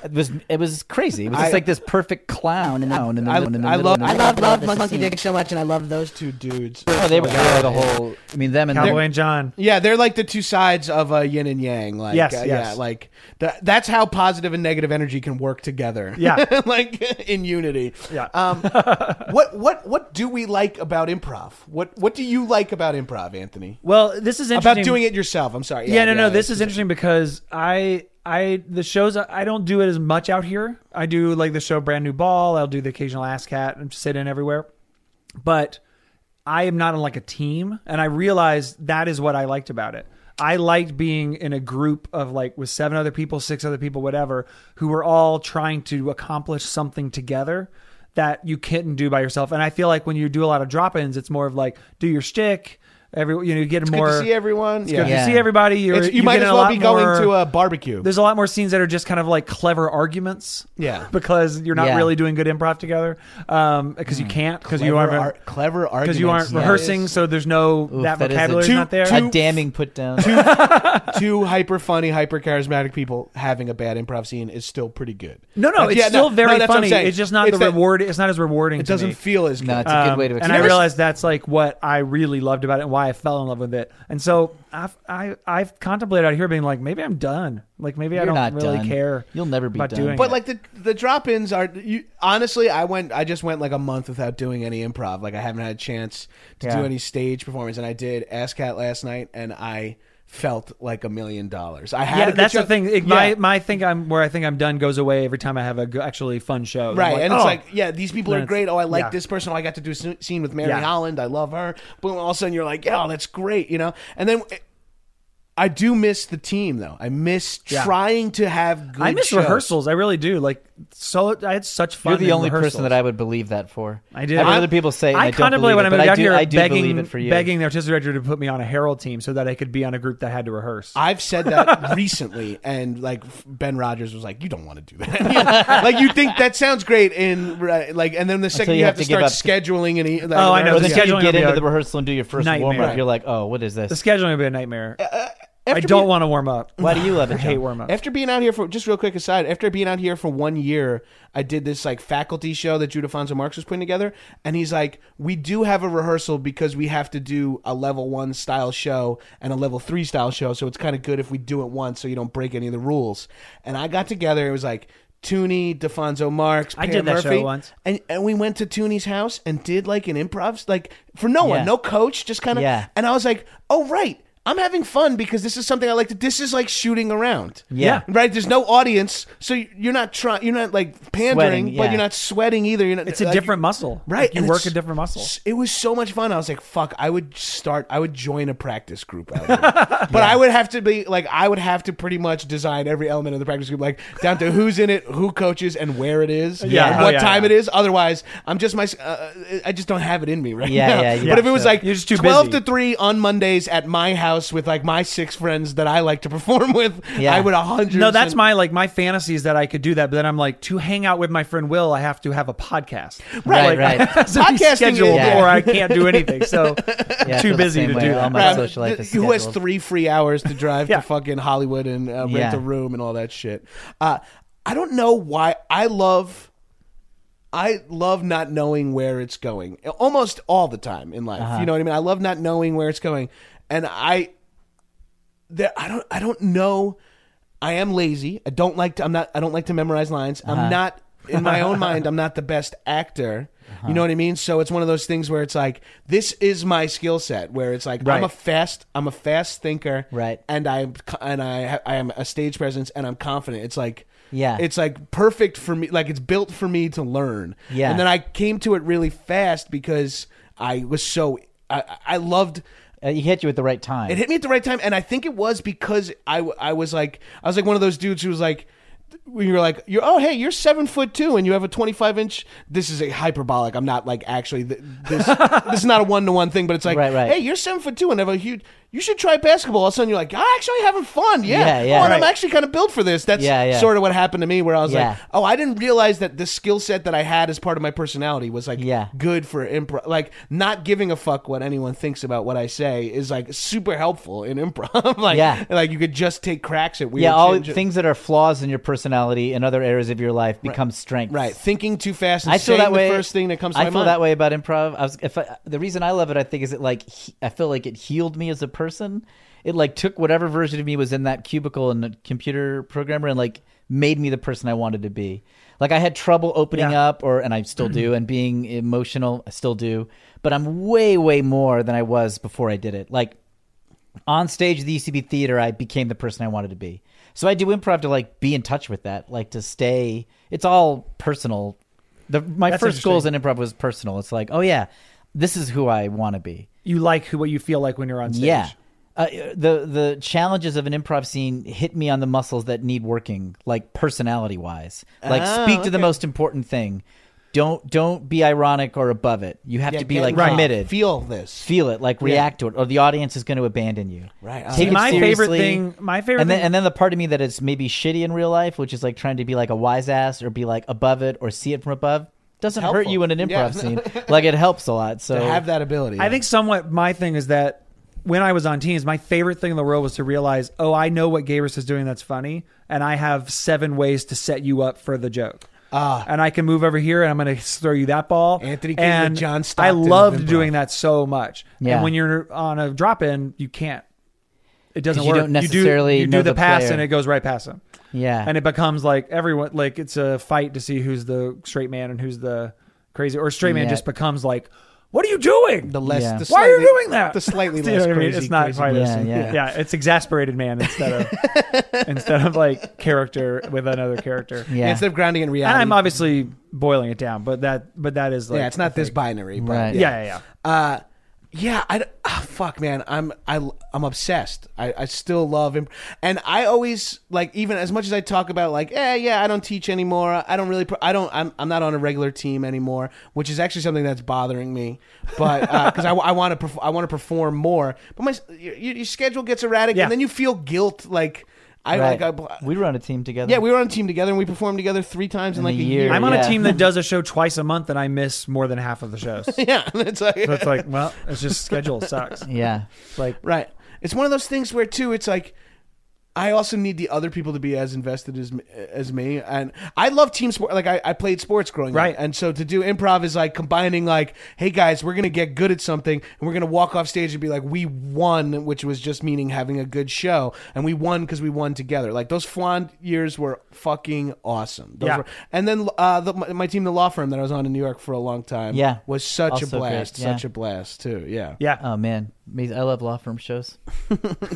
C: It was it was crazy. It was just
E: I-
C: like this perfect clown and clown in the
E: I-
C: middle. In the
E: I
C: middle,
E: love-
C: in the
F: I
C: middle.
F: love love Monkey Dick so much, and I love those two.
E: Two dudes.
C: Oh, they were they were the whole. I mean, them and
D: Cowboy
C: them.
D: and John.
E: Yeah, they're like the two sides of uh, yin and yang. Like,
D: Yes,
E: uh, yeah,
D: yes.
E: like th- that's how positive and negative energy can work together.
D: Yeah.
E: like in unity.
D: Yeah.
E: Um, what what what do we like about improv? What what do you like about improv, Anthony?
D: Well, this is interesting.
E: About doing it yourself. I'm sorry.
D: Yeah, no, no. This is interesting because I, I, the shows I don't do it as much out here. I do like the show Brand New Ball. I'll do the occasional Ass Cat and sit in everywhere, but I am not on like a team, and I realized that is what I liked about it. I liked being in a group of like with seven other people, six other people, whatever, who were all trying to accomplish something together that you couldn't do by yourself. And I feel like when you do a lot of drop-ins, it's more of like do your shtick. Every you know, you get
E: Good
D: more
E: to see everyone.
D: it's good
E: Yeah.
C: Yeah.
D: to see everybody. You're,
E: It's- you
D: you're
E: might
D: getting
E: as
D: a
E: well
D: lot
E: be going
D: more-
E: to a barbecue.
D: There's a lot more scenes that are just kind of like clever arguments.
E: Yeah.
D: because you're not
C: Yeah. Mm.
D: really doing good improv together. Um, because you can't because you
E: Clever
D: aren't
E: ar- clever
D: because
E: arguments.
D: you aren't
E: yeah.
D: rehearsing. So there's no
C: Oof,
D: that,
C: that is a-
D: vocabulary's
E: Two-
D: not there.
E: two-
C: A damning put down.
E: Two hyper funny, hyper charismatic people having a bad improv scene is still pretty good.
D: no, no,
E: Like,
D: it's
E: yeah,
D: still
E: no,
D: very
E: no, that's what I'm
D: funny.
E: saying.
D: It's just not
E: It's
D: the
E: that-
D: reward. It's not as rewarding.
E: It
D: to
E: doesn't
D: me.
E: feel as good.
C: No, it's a good
D: Um,
C: way to.
D: and
C: explain
D: I
C: it.
D: realized that's like what I really loved about it and why I fell in love with it. And so I've I, I've contemplated out here being like maybe I'm done. Like maybe I
C: You're
D: don't
C: not
D: really
C: done.
D: care.
C: You'll never be
D: about
C: done.
D: doing
E: But
D: it.
E: like the the drop ins are you, honestly, I went I just went like a month without doing any improv. Like I haven't had a chance to
D: Yeah.
E: do any stage performance, and I did ASCAT last night, and I felt like a million dollars. I had
D: yeah,
E: a good
D: that's the
E: show-
D: thing. It-
E: Yeah.
D: My my think I'm where I think I'm done goes away every time I have a g- actually fun show. I'm
E: Right, and it's
D: "Oh."
E: like, yeah, these people
D: Then
E: are
D: it's-
E: great. Oh, I like
D: yeah.
E: this person. Oh, I got to do a sc- scene with Mary
D: Yeah.
E: Holland. I love her. Boom! All of a sudden, you're like, oh, that's great, you know. And then eh, I do miss the team, though. I miss
D: Yeah.
E: trying to have. good
D: I miss
E: shows.
D: rehearsals. I really do. Like so, I had such fun.
C: You're the
D: in
C: only
D: rehearsals.
C: person that I would believe that for.
D: I did.
C: I've heard
D: I-
C: other people say. it, and I,
D: I,
C: don't
D: contemplate
C: believe
D: when
C: it,
D: I'm
C: but I
D: out
C: do,
D: here
C: I do
D: begging,
C: believe it for you.
D: begging the artistic director to put me on a Herald team so that I could be on a group that had to rehearse.
E: I've said that recently, and like f- Ben Rogers was like, "You don't want to do that." You know, like you think that sounds great, and right, like, and then the second
C: you
E: you,
C: have
E: have,
C: to
E: to, start
C: give
E: scheduling and e- like,
D: Oh, I know.
C: Or
E: whatever.
C: the
D: Yeah.
C: second you
D: Scheduling
C: get
D: will be
C: into
D: a
C: the rehearsal and do your first
D: nightmare.
C: warm up,
D: Right.
C: you're like, oh, what is
D: the
C: this?
D: scheduling would be a nightmare. I
E: Uh, after
D: don't
E: being-
D: want to warm up.
C: Why do you love it?
D: I hate
C: John?
D: warm up.
E: After being out here for just real quick aside, after being out here for one year, I did this like faculty show that Jude Afonso Marx was putting together, and he's like, "We do have a rehearsal because we have to do a level one style show and a level three style show, so it's kind of good if we do it once so you don't break any of the rules." And I got together. It was like. Tooney, Defonzo Marx,
D: I
E: Pam
D: did that show
E: Murphy,
D: once.
E: and and we went to Tooney's house and did like an improv, like for no
C: Yeah.
E: one, no coach, just kind of.
C: Yeah.
E: And I was like, oh right, I'm having fun because this is something I like to. This is like shooting around.
C: Yeah.
E: Right. There's no audience, so you're not trying. You're not like pandering,
C: Sweating, yeah.
E: but you're not sweating either. You're not.
D: It's a
E: like-
D: different muscle.
E: Right.
D: Like, you
E: and
D: work
E: it's-
D: a different muscle.
E: It was so much fun. I was like, fuck, I would start, I would join a practice group out here. But I would have to be, like, I would have to pretty much design every element of the practice group, like, down to who's in it, who coaches, and where it is,
D: Yeah.
E: and
D: Oh,
E: what
D: yeah,
E: time
D: yeah.
E: it is. Otherwise, I'm just my, uh, I just don't have it in me right
C: Yeah,
E: now.
C: yeah, yeah.
E: But if it was
C: Sure.
E: like
D: You're just too
E: 12
D: busy.
E: to 3 on Mondays at my house with, like, my six friends that I like to perform with,
C: Yeah.
E: I would 100
D: No, that's my like my fantasies that I could do that, but then I'm like to hang out with my friend Will, I have to have a podcast.
C: Right,
D: Like,
C: right.
D: it has to be
E: Podcasting is-
D: scheduled,
C: Yeah.
D: or I can't do anything. So
C: Yeah, I feel
D: too
C: the
D: busy
C: same
D: to
C: way.
D: do
C: All
D: that.
C: my
E: Right.
C: social life is
E: Who has
C: scheduled.
E: three free hours to drive
D: Yeah.
E: to fucking Hollywood and uh, rent
C: Yeah.
E: a room and all that shit? Uh, I don't know why I love. I love not knowing where it's going almost all the time in life.
C: Uh-huh.
E: You know what I mean? I love not knowing where it's going. And I there I don't I don't know I am lazy. I don't like to I'm not I don't like to memorize lines.
C: Uh-huh.
E: I'm not in my own mind I'm not the best actor.
C: Uh-huh.
E: You know what I mean? So it's one of those things where it's like this is my skill set where it's like I'm a
D: Right.
E: fast I'm a fast thinker
C: Right.
E: and I and I ha- I am a stage presence and I'm confident. It's like
C: Yeah.
E: It's like perfect for me like it's built for me to learn.
C: Yeah.
E: And then I came to it really fast because I was so I I loved
C: Uh, you hit you at the right time.
E: it hit me at the right time, and I think it was because I, w- I was like I was like one of those dudes who was like when you were like you're oh hey you're seven foot two and you have a 25 inch this is a hyperbolic I'm not like actually th- this this is not a one to one thing but it's like
C: Right, right.
E: hey you're seven foot two and have a huge you should try basketball all of a sudden you're like I'm actually having fun yeah,
C: Yeah, yeah.
E: oh and I'm
C: Right.
E: actually kind of built for this that's
C: Yeah, yeah.
E: sort of what happened to me where I was
C: Yeah.
E: like oh I didn't realize that the skill set that I had as part of my personality was like
C: Yeah.
E: good for improv. Like not giving a fuck what anyone thinks about what I say is like super helpful in improv. like
C: Yeah.
E: like you could just take cracks at weird
C: yeah, all
E: shit.
C: things that are flaws in your personality and other areas of your life become strengths.
E: right thinking too fast. And
C: I feel
E: saying
C: that way.
E: The first thing that comes to
C: I
E: my
C: feel
E: mind.
C: that way about improv. I was, if I, the reason I love it, I think, is it like he, I feel like it healed me as a person. It like took whatever version of me was in that cubicle and the computer programmer and like made me the person I wanted to be. Like I had trouble opening
D: Yeah.
C: up, or and I still do, and being emotional, I still do. But I'm way, way more than I was before I did it. Like on stage at the UCB theater, I became the person I wanted to be. So I do improv to like be in touch with that, like to stay. It's all personal. The, my
D: That's
C: first goals in
D: interesting.
C: improv was personal. It's like, oh yeah, this is who I want to be.
D: You like who, what you feel like when you're on stage.
C: Yeah. Uh, the the challenges of an improv scene hit me on the muscles that need working, like personality wise. Like
D: Ah,
C: speak to the most important thing. Don't don't be ironic or above it. You have
E: Yeah,
C: to be
E: get
C: like
E: involved.
C: committed. Feel,
E: Feel this.
C: it, like react to it, or the audience is going to abandon you.
E: Right.
C: Take
D: See,
C: it
D: my favorite
C: seriously.
D: thing- my favorite
C: and then,
D: thing-
C: and then the part of me that is maybe shitty in real life, which is like trying to be like a wise ass or be like above it or see it from above, doesn't hurt
E: helpful.
C: you in an improv
E: Yeah.
C: scene. Like it helps a lot. So
E: To have that ability.
D: I think somewhat my thing is that when I was on teams, my favorite thing in the world was to realize, oh, I know what Gabrus is doing that's funny, and I have seven ways to set you up for the joke. Ah. And I can move over here and I'm going to throw you that ball.
E: Anthony King with
D: and
E: John
D: I
E: Stockton of
D: loved
E: improv.
D: doing that so much.
C: Yeah.
D: And when you're on a drop in, you can't. It doesn't
C: 'Cause you
D: work.
C: don't necessarily
D: you do, you
C: know
D: do the,
C: the
D: pass
C: player.
D: and it goes right past him.
C: yeah,
D: And it becomes like everyone, like it's a fight to see who's the straight man and who's the crazy, or straight man
C: Yeah.
D: just becomes like, what are you doing?
E: the less.
C: Yeah.
E: The
D: Why are you
E: slightly-
D: doing that?
E: The slightly
D: Do
E: less
D: you know what I mean?
E: crazy.
D: It's not
E: crazy.
D: quite as-
C: Yeah, yeah.
D: It's exasperated man instead of instead of like character with another character.
C: yeah.
E: Instead of grounding in reality.
D: And I'm obviously boiling it down, but that but that is like
E: yeah, it's not this binary. But
C: Right.
D: Yeah, yeah, yeah.
E: Uh, yeah, I d- ah, fuck, man. I'm I, I'm obsessed. I, I still love him, and I always like even as much as I talk about like, eh, yeah, I don't teach anymore. I don't really. Pr- I don't. I'm, I'm not on a regular team anymore, which is actually something that's bothering me. But because I want to I want to perform more, but my s- your, your schedule gets erratic,
D: Yeah.
E: and then you feel guilt. Like I
C: Right.
E: like I,
C: we run a team together.
E: yeah, we were on a team together and we performed together three times in,
C: In
E: like
C: a
E: a
C: year.
E: year.
D: I'm on
C: Yeah.
D: a team that does a show twice a month and I miss more than half of the shows. so
E: yeah, it's like
D: it's like, well, it's just schedule sucks.
C: yeah. Like
E: Right. It's one of those things where too it's like I also need the other people to be as invested as as me, and I love team sport. Like I, I played sports growing
D: Right.
E: up, and so to do improv is like combining like, hey guys, we're gonna get good at something, and we're gonna walk off stage and be like, we won, which was just meaning having a good show, and we won because we won together. Like those Flan years were fucking awesome. Those
D: Yeah.
E: were- and then uh, the, my, my team, the law firm that I was on in New York for a long time,
C: Yeah.
E: was such
C: Also
E: a
C: great,
E: blast,
C: yeah.
E: such a blast too. Yeah,
D: Yeah.
C: oh man, Amazing. I love law firm shows.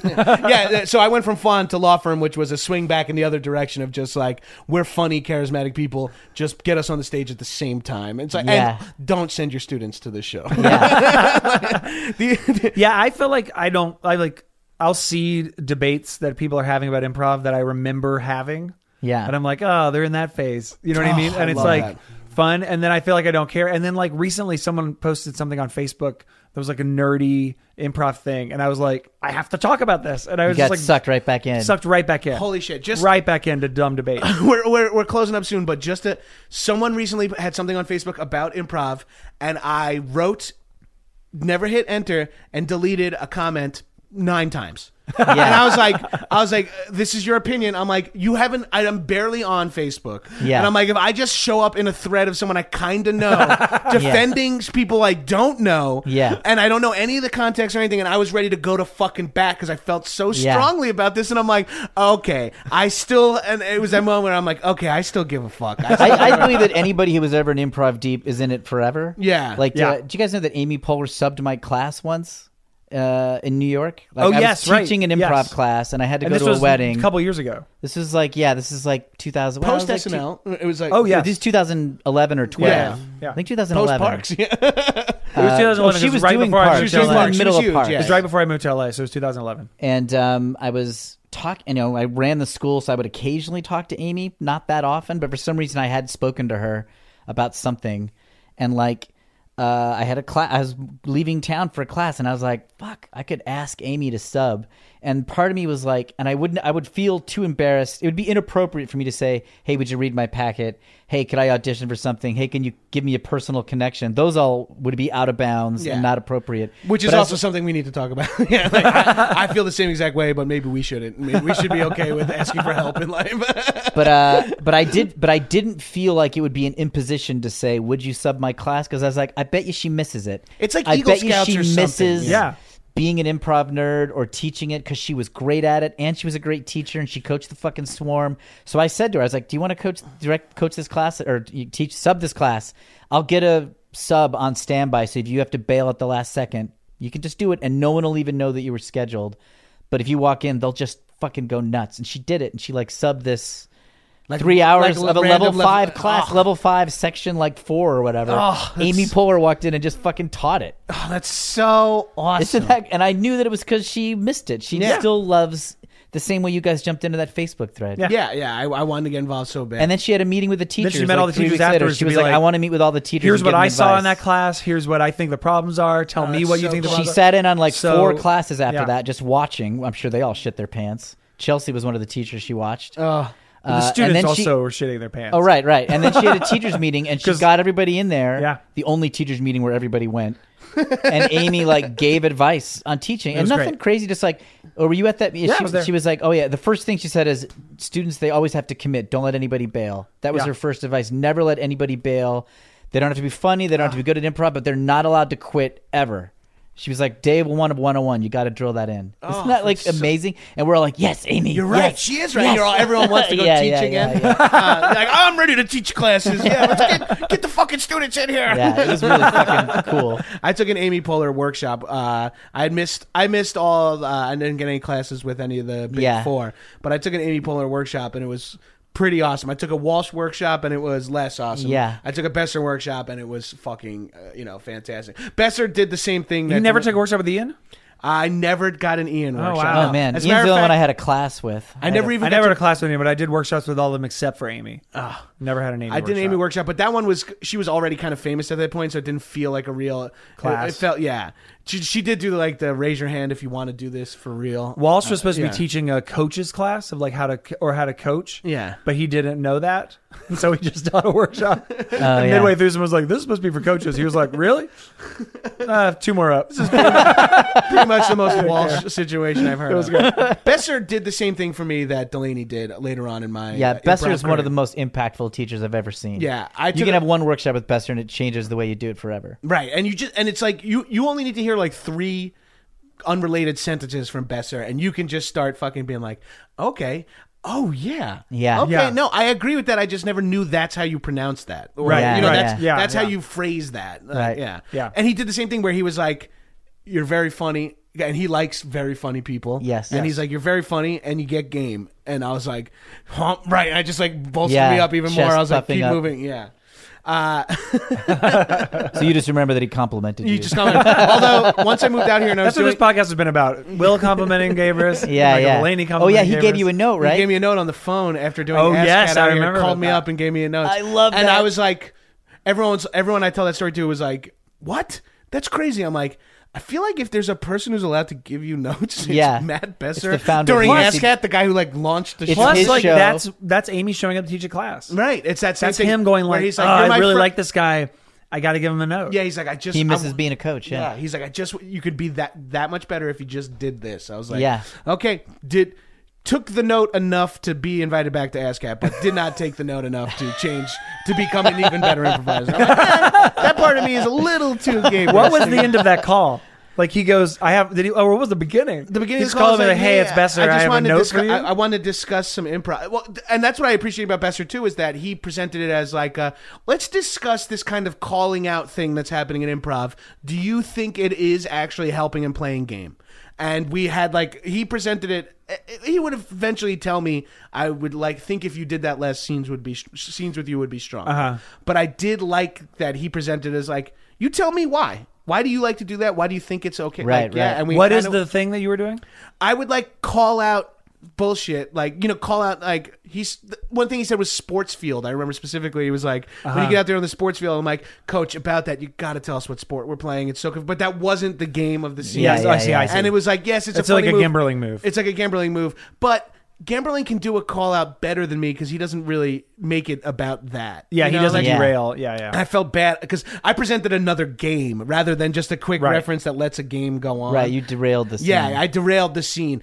E: yeah, th- so I went from fun to law firm, which was a swing back in the other direction of just like we're funny, charismatic people. Just get us on the stage at the same time. It's like,
C: Yeah.
E: and don't send your students to this show.
D: Yeah, I feel like I don't. I like. I'll see debates that people are having about improv that I remember having.
C: Yeah. Oh,
D: and I'm like, oh, they're in that phase. You know what I mean? And it's
E: love
D: like
E: that.
D: fun, and then I feel like I don't care. And then like recently, someone posted something on Facebook that was like a nerdy improv thing, and I was like, I have to talk about this. And I
C: You
D: was
C: got
D: just like
C: sucked right back in.
D: sucked right back in.
E: Holy shit, just-
D: right back into dumb debate.
E: we're, we're, we're closing up soon, but just to, someone recently had something on Facebook about improv, and I wrote, never hit enter, and deleted a comment nine times. And I was like, I was like, this is your opinion. I'm like, you haven't. I- I'm barely on Facebook.
C: Yeah.
E: And I'm like, if I just show up in a thread of someone I kind of know defending people I don't know,
C: Yeah.
E: and I don't know any of the context or anything, and I was ready to go to fucking bat because I felt so
C: Yeah.
E: strongly about this, and I'm like, okay, I still, and it was that moment where I'm like, okay, I still give a fuck. I still-
C: I, I believe that anybody who was ever in improv deep is in it forever.
E: Yeah.
C: Like,
D: Yeah.
C: Uh, do you guys know that Amy Poehler subbed my class once uh, in New York? Like,
D: Oh,
C: I
D: yes,
C: was
D: right.
C: teaching an improv
D: Yes.
C: class, and I had to
D: and
C: go
D: this
C: to
D: was
C: a wedding.
D: a couple years ago.
C: This was like, yeah, this is like 2000. well, I was
E: post
C: like two-
E: SNL, it was like,
D: Oh yeah,
C: This is 2011 or 12.
E: Yeah.
D: Yeah.
C: I think
E: post
C: 2011.
E: Parks. Yeah.
D: it was 2011.
C: uh, Oh, she
D: It
C: was
D: right
C: doing
D: before I
C: Parks.
D: moved
C: She
D: to
C: was
D: LA.
C: in the
E: Parks.
C: middle
E: She was
C: of Parks.
E: huge,
D: It was right before I moved to LA, so it was 2011.
C: and um, I was talk. You know, I ran the school, so I would occasionally talk to Amy, not that often, but for some reason I had spoken to her about something, and like. Uh, I had a class. I was leaving town for a class, and I was like, "Fuck, I could ask Amy to sub." And part of me was like, and I wouldn't. I would feel too embarrassed. It would be inappropriate for me to say, "Hey, would you read my packet? Hey, could I audition for something? Hey, can you give me a personal connection?" Those all would be out of bounds
E: Yeah.
C: and not appropriate.
E: Which is
C: But I was-
E: also something we need to talk about. yeah, like, I, I feel the same exact way, but maybe we shouldn't. Maybe we should be okay with asking for help in life.
C: but uh, but I did, but I didn't feel like it would be an imposition to say, "Would you sub my class?" Because I was like, "I bet you she misses it."
E: It's like
C: I
E: Eagle
C: bet
E: Scouts
C: you she
E: or something,
C: misses,
D: yeah. Yeah.
C: being an improv nerd or teaching it because she was great at it and she was a great teacher and she coached the fucking swarm. So I said to her, I was like, "Do you want to coach direct coach this class or you teach sub this class? I'll get a sub on standby. So if you have to bail at the last second, you can just do it and no one will even know that you were scheduled. But if you walk in, they'll just." fucking go nuts and she did it and she like subbed this three hours
E: like
C: of a
E: random
C: level
E: level-
C: five class,
E: Ugh.
C: level five section like four or whatever. Amy Poehler walked in and just fucking taught it.
E: oh, that's so awesome.
C: Isn't that- and I knew that it was because she missed it. She
E: Yeah.
C: still loves the same way you guys jumped into that Facebook thread.
E: yeah, yeah. I, I wanted to get involved so bad.
C: And then she had a meeting with the teachers.
D: she met
C: like,
D: all the
C: three
D: teachers
C: weeks later.
D: afterwards
C: She
D: to
C: was
D: be
C: like,
D: like,
C: "I want to meet with all the teachers."
D: Here's
C: and
D: what
C: give them
D: I saw in
C: advice."
D: that class. Here's what I think the problems are. Tell
E: Oh,
D: me
E: that's
D: what you
E: so
D: think the
E: cool.
C: She
D: problems
C: sat in on like
D: So-
C: four classes after
D: yeah.
C: that, just watching. I'm sure they all shit their pants. Chelsea was one of the teachers she watched.
E: Oh.
D: are. the
C: Uh, and
D: students
C: then
D: also
C: she-
D: were shitting their pants.
C: Oh right, right. And then she had a teachers meeting, and she
D: 'Cause-
C: got everybody in there.
D: Yeah.
C: The only teachers meeting where everybody went, and Amy like gave advice on teaching, and
D: was
C: nothing
D: great.
C: crazy. Just like, oh, were you at that? meeting?
D: Yeah, I
C: she,
D: was there.
C: she was like, oh yeah. The first thing she said is, students they always have to commit. Don't let anybody bail. That was
D: Yeah.
C: her first advice. Never let anybody bail. They don't have to be funny. They don't have to be good at improv, but they're not allowed to quit ever. She was like, day one of 101, you got to drill that in. Isn't that like amazing? And we're all like, yes, Amy.
E: Oh, You're right.
C: yes,
E: She is right.
C: yes."
E: You're all, everyone wants to go
C: Yeah,
E: teach
C: yeah,
E: again.
C: yeah, yeah.
E: Uh, like I'm ready to teach classes. Yeah, let's get, get the fucking students in here.
C: yeah, it was really fucking cool.
E: I took an Amy Poehler workshop. Uh, I had missed I missed all. Uh, I didn't get any classes with any of the big
C: Yeah.
E: four, but I took an Amy Poehler workshop and it was pretty awesome. I took a Walsh workshop and it was less awesome.
C: Yeah.
E: I took a Besser workshop and it was fucking uh, you know fantastic. Besser did the same thing. That
D: You never took a workshop with Ian?
E: I never got an Ian workshop.
D: wow.
C: Oh man,
E: Um, As
C: Ian's
E: a
C: the
E: matter
C: only
E: of
C: one I
E: fact,
C: had a class with.
E: I never even
D: I
E: got
D: never
E: to-
D: had a class with Ian, but I did workshops with all of them except for Amy. never had an Amy.
E: I did an Amy workshop, but that one was she was already kind of famous at that point, so it didn't feel like a real
D: Class.
E: It, it felt yeah. She, she did do like the raise your hand if you want to do this for real.
D: Walsh was supposed
E: yeah.
D: to be teaching a coaches class of like how to or how to coach.
E: Yeah.
D: but he didn't know that, and so he just taught a workshop. and
C: Oh, yeah.
D: midway through, someone was like, "This is supposed to be for coaches." He was like, "Really? uh, two more up."
E: pretty much the most Walsh situation I've heard. of. Besser did the same thing for me that Delaney did later on in my
C: yeah,
E: uh,
C: Besser
E: improv
C: is one of the
E: career.
C: most impactful teachers I've ever seen.
E: Yeah, I
C: you
E: took
C: can
E: a-
C: have one workshop with Besser, and it changes the way you do it forever.
E: right, and you just and it's like you you only need to hear like three unrelated sentences from Besser, and you can just start fucking being like, okay. Oh yeah,
C: Yeah.
E: Okay,
D: Yeah.
E: no, I agree with that. I just never knew that's how you pronounce that. Or,
D: Right,
E: you know,
C: right,
E: that's
D: yeah.
E: that's
D: Yeah,
E: how
D: yeah.
E: you phrase that. Uh,
C: Right.
E: Yeah,
D: Yeah.
E: And he did the same thing where he was like, "You're very funny. and he likes very funny people.
C: Yes.
E: and
C: Yes.
E: he's like, "You're very funny, and you get game." And I was like, huh, "Right." I just like bolstered
C: Yeah,
E: me up even more.
C: chest
E: I was like,
C: puffing
E: "Keep
C: up.
E: moving." Yeah. Uh,
C: So you just remember that he complimented you.
E: you just comment. Although once I moved out here and I was
D: That's what
E: doing,
D: this podcast has been about. Will complimenting Gabris.
C: yeah,
D: Michael
C: yeah.
D: Delaney
C: oh yeah,
D: complimenting
C: he
D: Gabris.
C: gave you a note, right?
E: He gave me a note on the phone after doing.
D: Oh,
E: Ask
D: yes,
E: Cat
D: I
E: Out Here,
D: remember
E: Called
D: about
E: me
D: that.
E: up and gave me a note.
C: I love
E: And
C: that.
E: I was like, everyone's everyone I tell that story to was like, "What? That's crazy." I'm like. I feel like if there's a person who's allowed to give you notes, it's
C: Yeah.
E: Matt Besser
C: It's the founder of
E: during
C: Plus-
E: Ask Cat, the guy who like launched the
C: It's
E: show.
D: Plus,
C: his
D: like
C: show.
D: that's that's Amy showing up to teach a class.
E: Right. It's that same
D: That's
E: thing
D: him going
E: where
D: like,
E: he's
D: oh,
E: like, "You're
D: I
E: my
D: really
E: fri-"
D: like this guy. I got to give him a note.
E: Yeah, he's like, I just
C: he misses
E: I'm-
C: being a coach.
E: Yeah.
C: Yeah.
E: he's like, I just you could be that that much better if you just did this. I was like,
C: Yeah.
E: okay, did took the note enough to be invited back to ASCAP, but did not take the note enough to change to become an even better improviser. I'm like, eh, that part of me is a little too gay.
D: What was the end of that call? Like he goes, I have. Did he? Oh, what was the beginning?
E: the beginning
D: He's
E: of the call, I was
D: calling me like, hey, it's Besser. I, have a
E: wanted to
D: note
E: discuss,
D: for you.
E: I, I want to discuss some improv. Well, th- and that's what I appreciate about Besser too is that he presented it as like, uh, let's discuss this kind of calling out thing that's happening in improv. Do you think it is actually helping and playing game? And we had like he presented it. eh, He would eventually tell me I would like think if you did that less scenes would be scenes with you would be strong.
D: Uh-huh.
E: But I did like that he presented as like you tell me why. Why do you like to do that? Why do you think it's okay?
C: Right,
E: Like, yeah,
C: right.
E: and we
D: what is
E: kinda-
D: the thing that you were doing?
E: I would like call out bullshit, like you know, call out like he's th- one thing he said was sports field. I remember specifically, he was like, when
D: Uh-huh.
E: you get out there on the sports field, I'm like, coach, about that, you got to tell us what sport we're playing. It's so, co-" but that wasn't the game of the season.
C: Yes, I see, I
D: see.
E: And it was like, yes, it's,
D: It's
E: a funny
D: like a
E: move.
D: gambling move.
E: It's like a gambling move, but. Gambling can do a call out better than me because he doesn't really make it about that.
D: Yeah,
E: You
D: he
E: know,
D: doesn't
E: like-
C: Yeah.
D: derail. Yeah, yeah.
E: I felt bad because I presented another game rather than just a quick
D: Right.
E: reference that lets a game go on.
C: Right, you derailed the scene.
E: Yeah, I derailed the scene.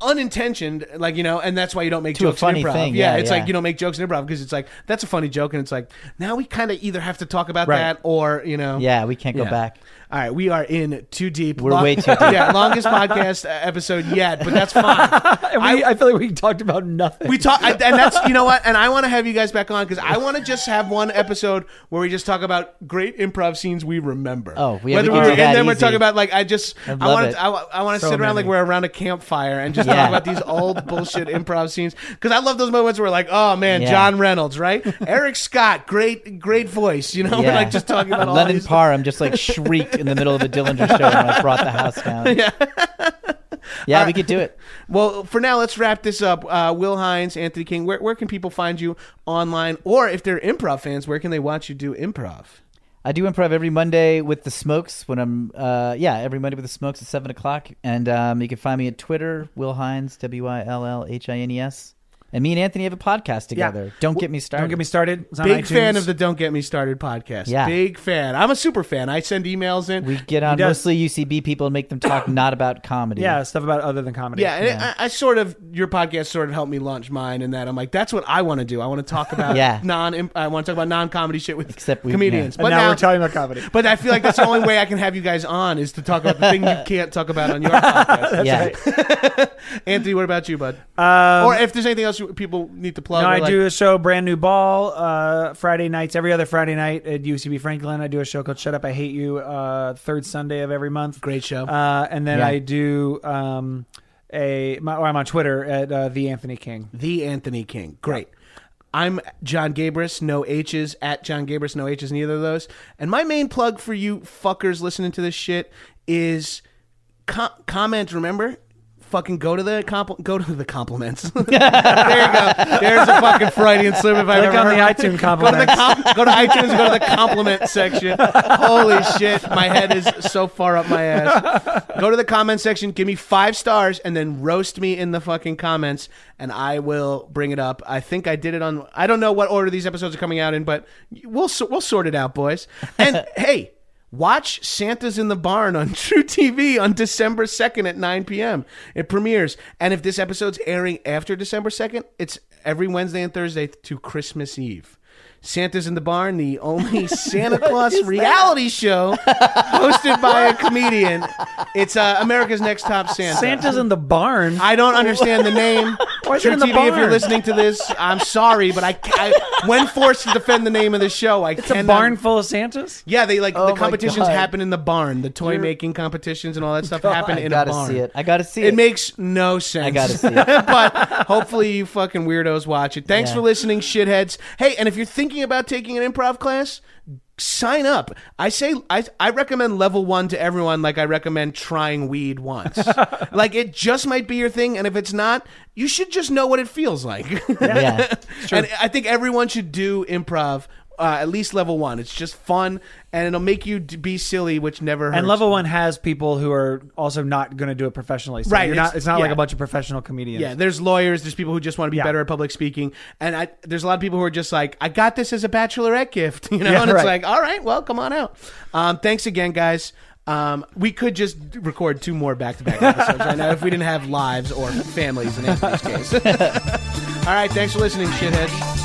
E: Unintentioned, like you know, and that's why you don't make
C: a
E: jokes
C: funny
E: in improv.
C: thing, yeah,
E: it's
C: yeah.
E: like you don't make jokes in improv because it's like that's a funny joke, and it's like now we kind of either have to talk about
D: Right.
E: that or you know,
C: Yeah, we can't go
E: Yeah.
C: back.
E: All right, we are in too deep.
C: We're way too deep.
E: Yeah, longest podcast uh, episode yet, but that's fine.
D: And we, I, feel like we talked about nothing.
E: We talk, I- and that's you know what, and I want to have you guys back on because I want to just have one episode where we just talk about great improv scenes we remember.
C: Oh, yeah, we
E: whether
C: can
E: we
C: do
E: were in
C: that
E: them or
C: easy.
E: talk about like I just I
C: I'd love
E: want
C: it.
E: to I, wa- I want to
D: So
E: sit around like
D: many.
E: we're around a campfire and just
C: Yeah.
E: talk about these old bullshit improv scenes because I love those moments where like oh man
C: Yeah.
E: John Reynolds right Eric Scott great great voice you know we're
C: Yeah.
E: like just talking about all
C: Lennon
E: these
C: Parham just like shrieked in the middle of a Dillinger show and like brought the house down. Yeah, we could do it.
E: Well, for now, let's wrap this up. Uh, Will Hines, Anthony King, where, where can people find you online? Or if they're improv fans, where can they watch you do improv?
C: I do improv every Monday with the Smokes when I'm, uh, yeah, every Monday with the Smokes at 7 o'clock. And um, you can find me at Twitter, Will Hines, W I L L H I N E S. And me and Anthony have a podcast together. Don't get me started.
D: Don't get me started. It's on
E: Big
D: iTunes.
E: fan of the Don't Get Me Started podcast.
C: Yeah.
E: Big fan. I'm a super fan. I send emails in.
C: We get on
D: does.
C: mostly UCB people and make them talk not about comedy.
D: yeah stuff about other than comedy.
E: yeah, and I, I sort of your podcast sort of helped me launch mine, and that I'm like, that's what I want to do. I want to talk about
C: Yeah.
E: non. I want to talk about non comedy shit with
C: Except we-
E: comedians.
C: yeah.
D: And now, we're talking about comedy.
E: but I feel like that's the only way I can have you guys on is to talk about the thing you can't talk about on your podcast.
C: yeah.
E: Anthony, what about you, bud?
D: Um,
E: or if there's anything else you- people need to plug,
D: no,
E: or
D: I
E: like-
D: do a show, Brand New Ball, uh, Friday nights, every other Friday night at UCB Franklin. I do a show called Shut Up, I Hate You, uh, third Sunday of every month.
E: Great show.
D: Uh, and then
C: Yeah.
D: I do um, a, my, or I'm on Twitter at uh, The Anthony King.
E: the Anthony King. Great. I'm John Gabris, no H's, at John Gabris, no H's, neither of those. And my main plug for you fuckers listening to this shit is com- comment, remember? Fucking go to the compl- go to the compliments. there you go. There's a fucking Freudian slip if I
D: Click
E: ever
D: on the
E: heard one.
D: iTunes
E: Go to, the
D: compliments.
E: com- go to iTunes. Go to the compliment section. Holy shit, my head is so far up my ass. Go to the comment section. Give me five stars, and then roast me in the fucking comments, and I will bring it up. I think I did it on. I don't know what order these episodes are coming out in, but we'll so- we'll sort it out, boys. And hey. Watch Santa's in the Barn on True TV on December 2nd at 9 p.m. It premieres. And if this episode's airing after December 2nd, it's every Wednesday and Thursday to Christmas Eve. Santa's in the Barn, the only Santa Claus reality show hosted by a comedian. It's uh, America's Next Top Santa.
D: Santa's in the barn.
E: I don't understand the name.
D: Why is it
E: True
D: in the
E: TV, if you're
D: barn?
E: listening to this, I'm sorry, but I, ca- I when forced to defend the name of the show, I
D: It's a barn full of Santas.
E: Yeah, they like
C: Oh
E: the
C: my
E: competitions
C: God.
E: happen in the barn. The toy making competitions and all that stuff
D: Oh
E: happen
C: I
E: in a
C: gotta
E: barn.
C: see it. I gotta see it.
E: It makes no sense.
C: I gotta see it.
E: but hopefully you fucking weirdos watch it. Thanks
C: Yeah.
E: for listening, shitheads. Hey, and if you're thinking about taking an improv class, sign up. I say I I recommend level one to everyone like I recommend trying weed once. like it just might be your thing, and if it's not, you should just know what it feels like.
C: yeah.
E: And I think everyone should do improv. Uh, at least level one. It's just fun, and it'll make you d- be silly, which never hurts.
D: And level one has people who are also not going to do it professionally. So
E: Right,
D: You're
E: it's-
D: not, it's not like
E: yeah.
D: a bunch of professional comedians.
E: Yeah, there's lawyers, there's people who just want to be
D: Yeah.
E: better at public speaking, and I there's a lot of people who are just like, I got this as a bachelorette gift, you know,
D: Yeah,
E: and it's
D: right.
E: like, all right, well, come on out. Um, thanks again, guys. Um, we could just record two more back to back episodes right now if we didn't have lives or families in Anthony's case. all right, thanks for listening, shitheads.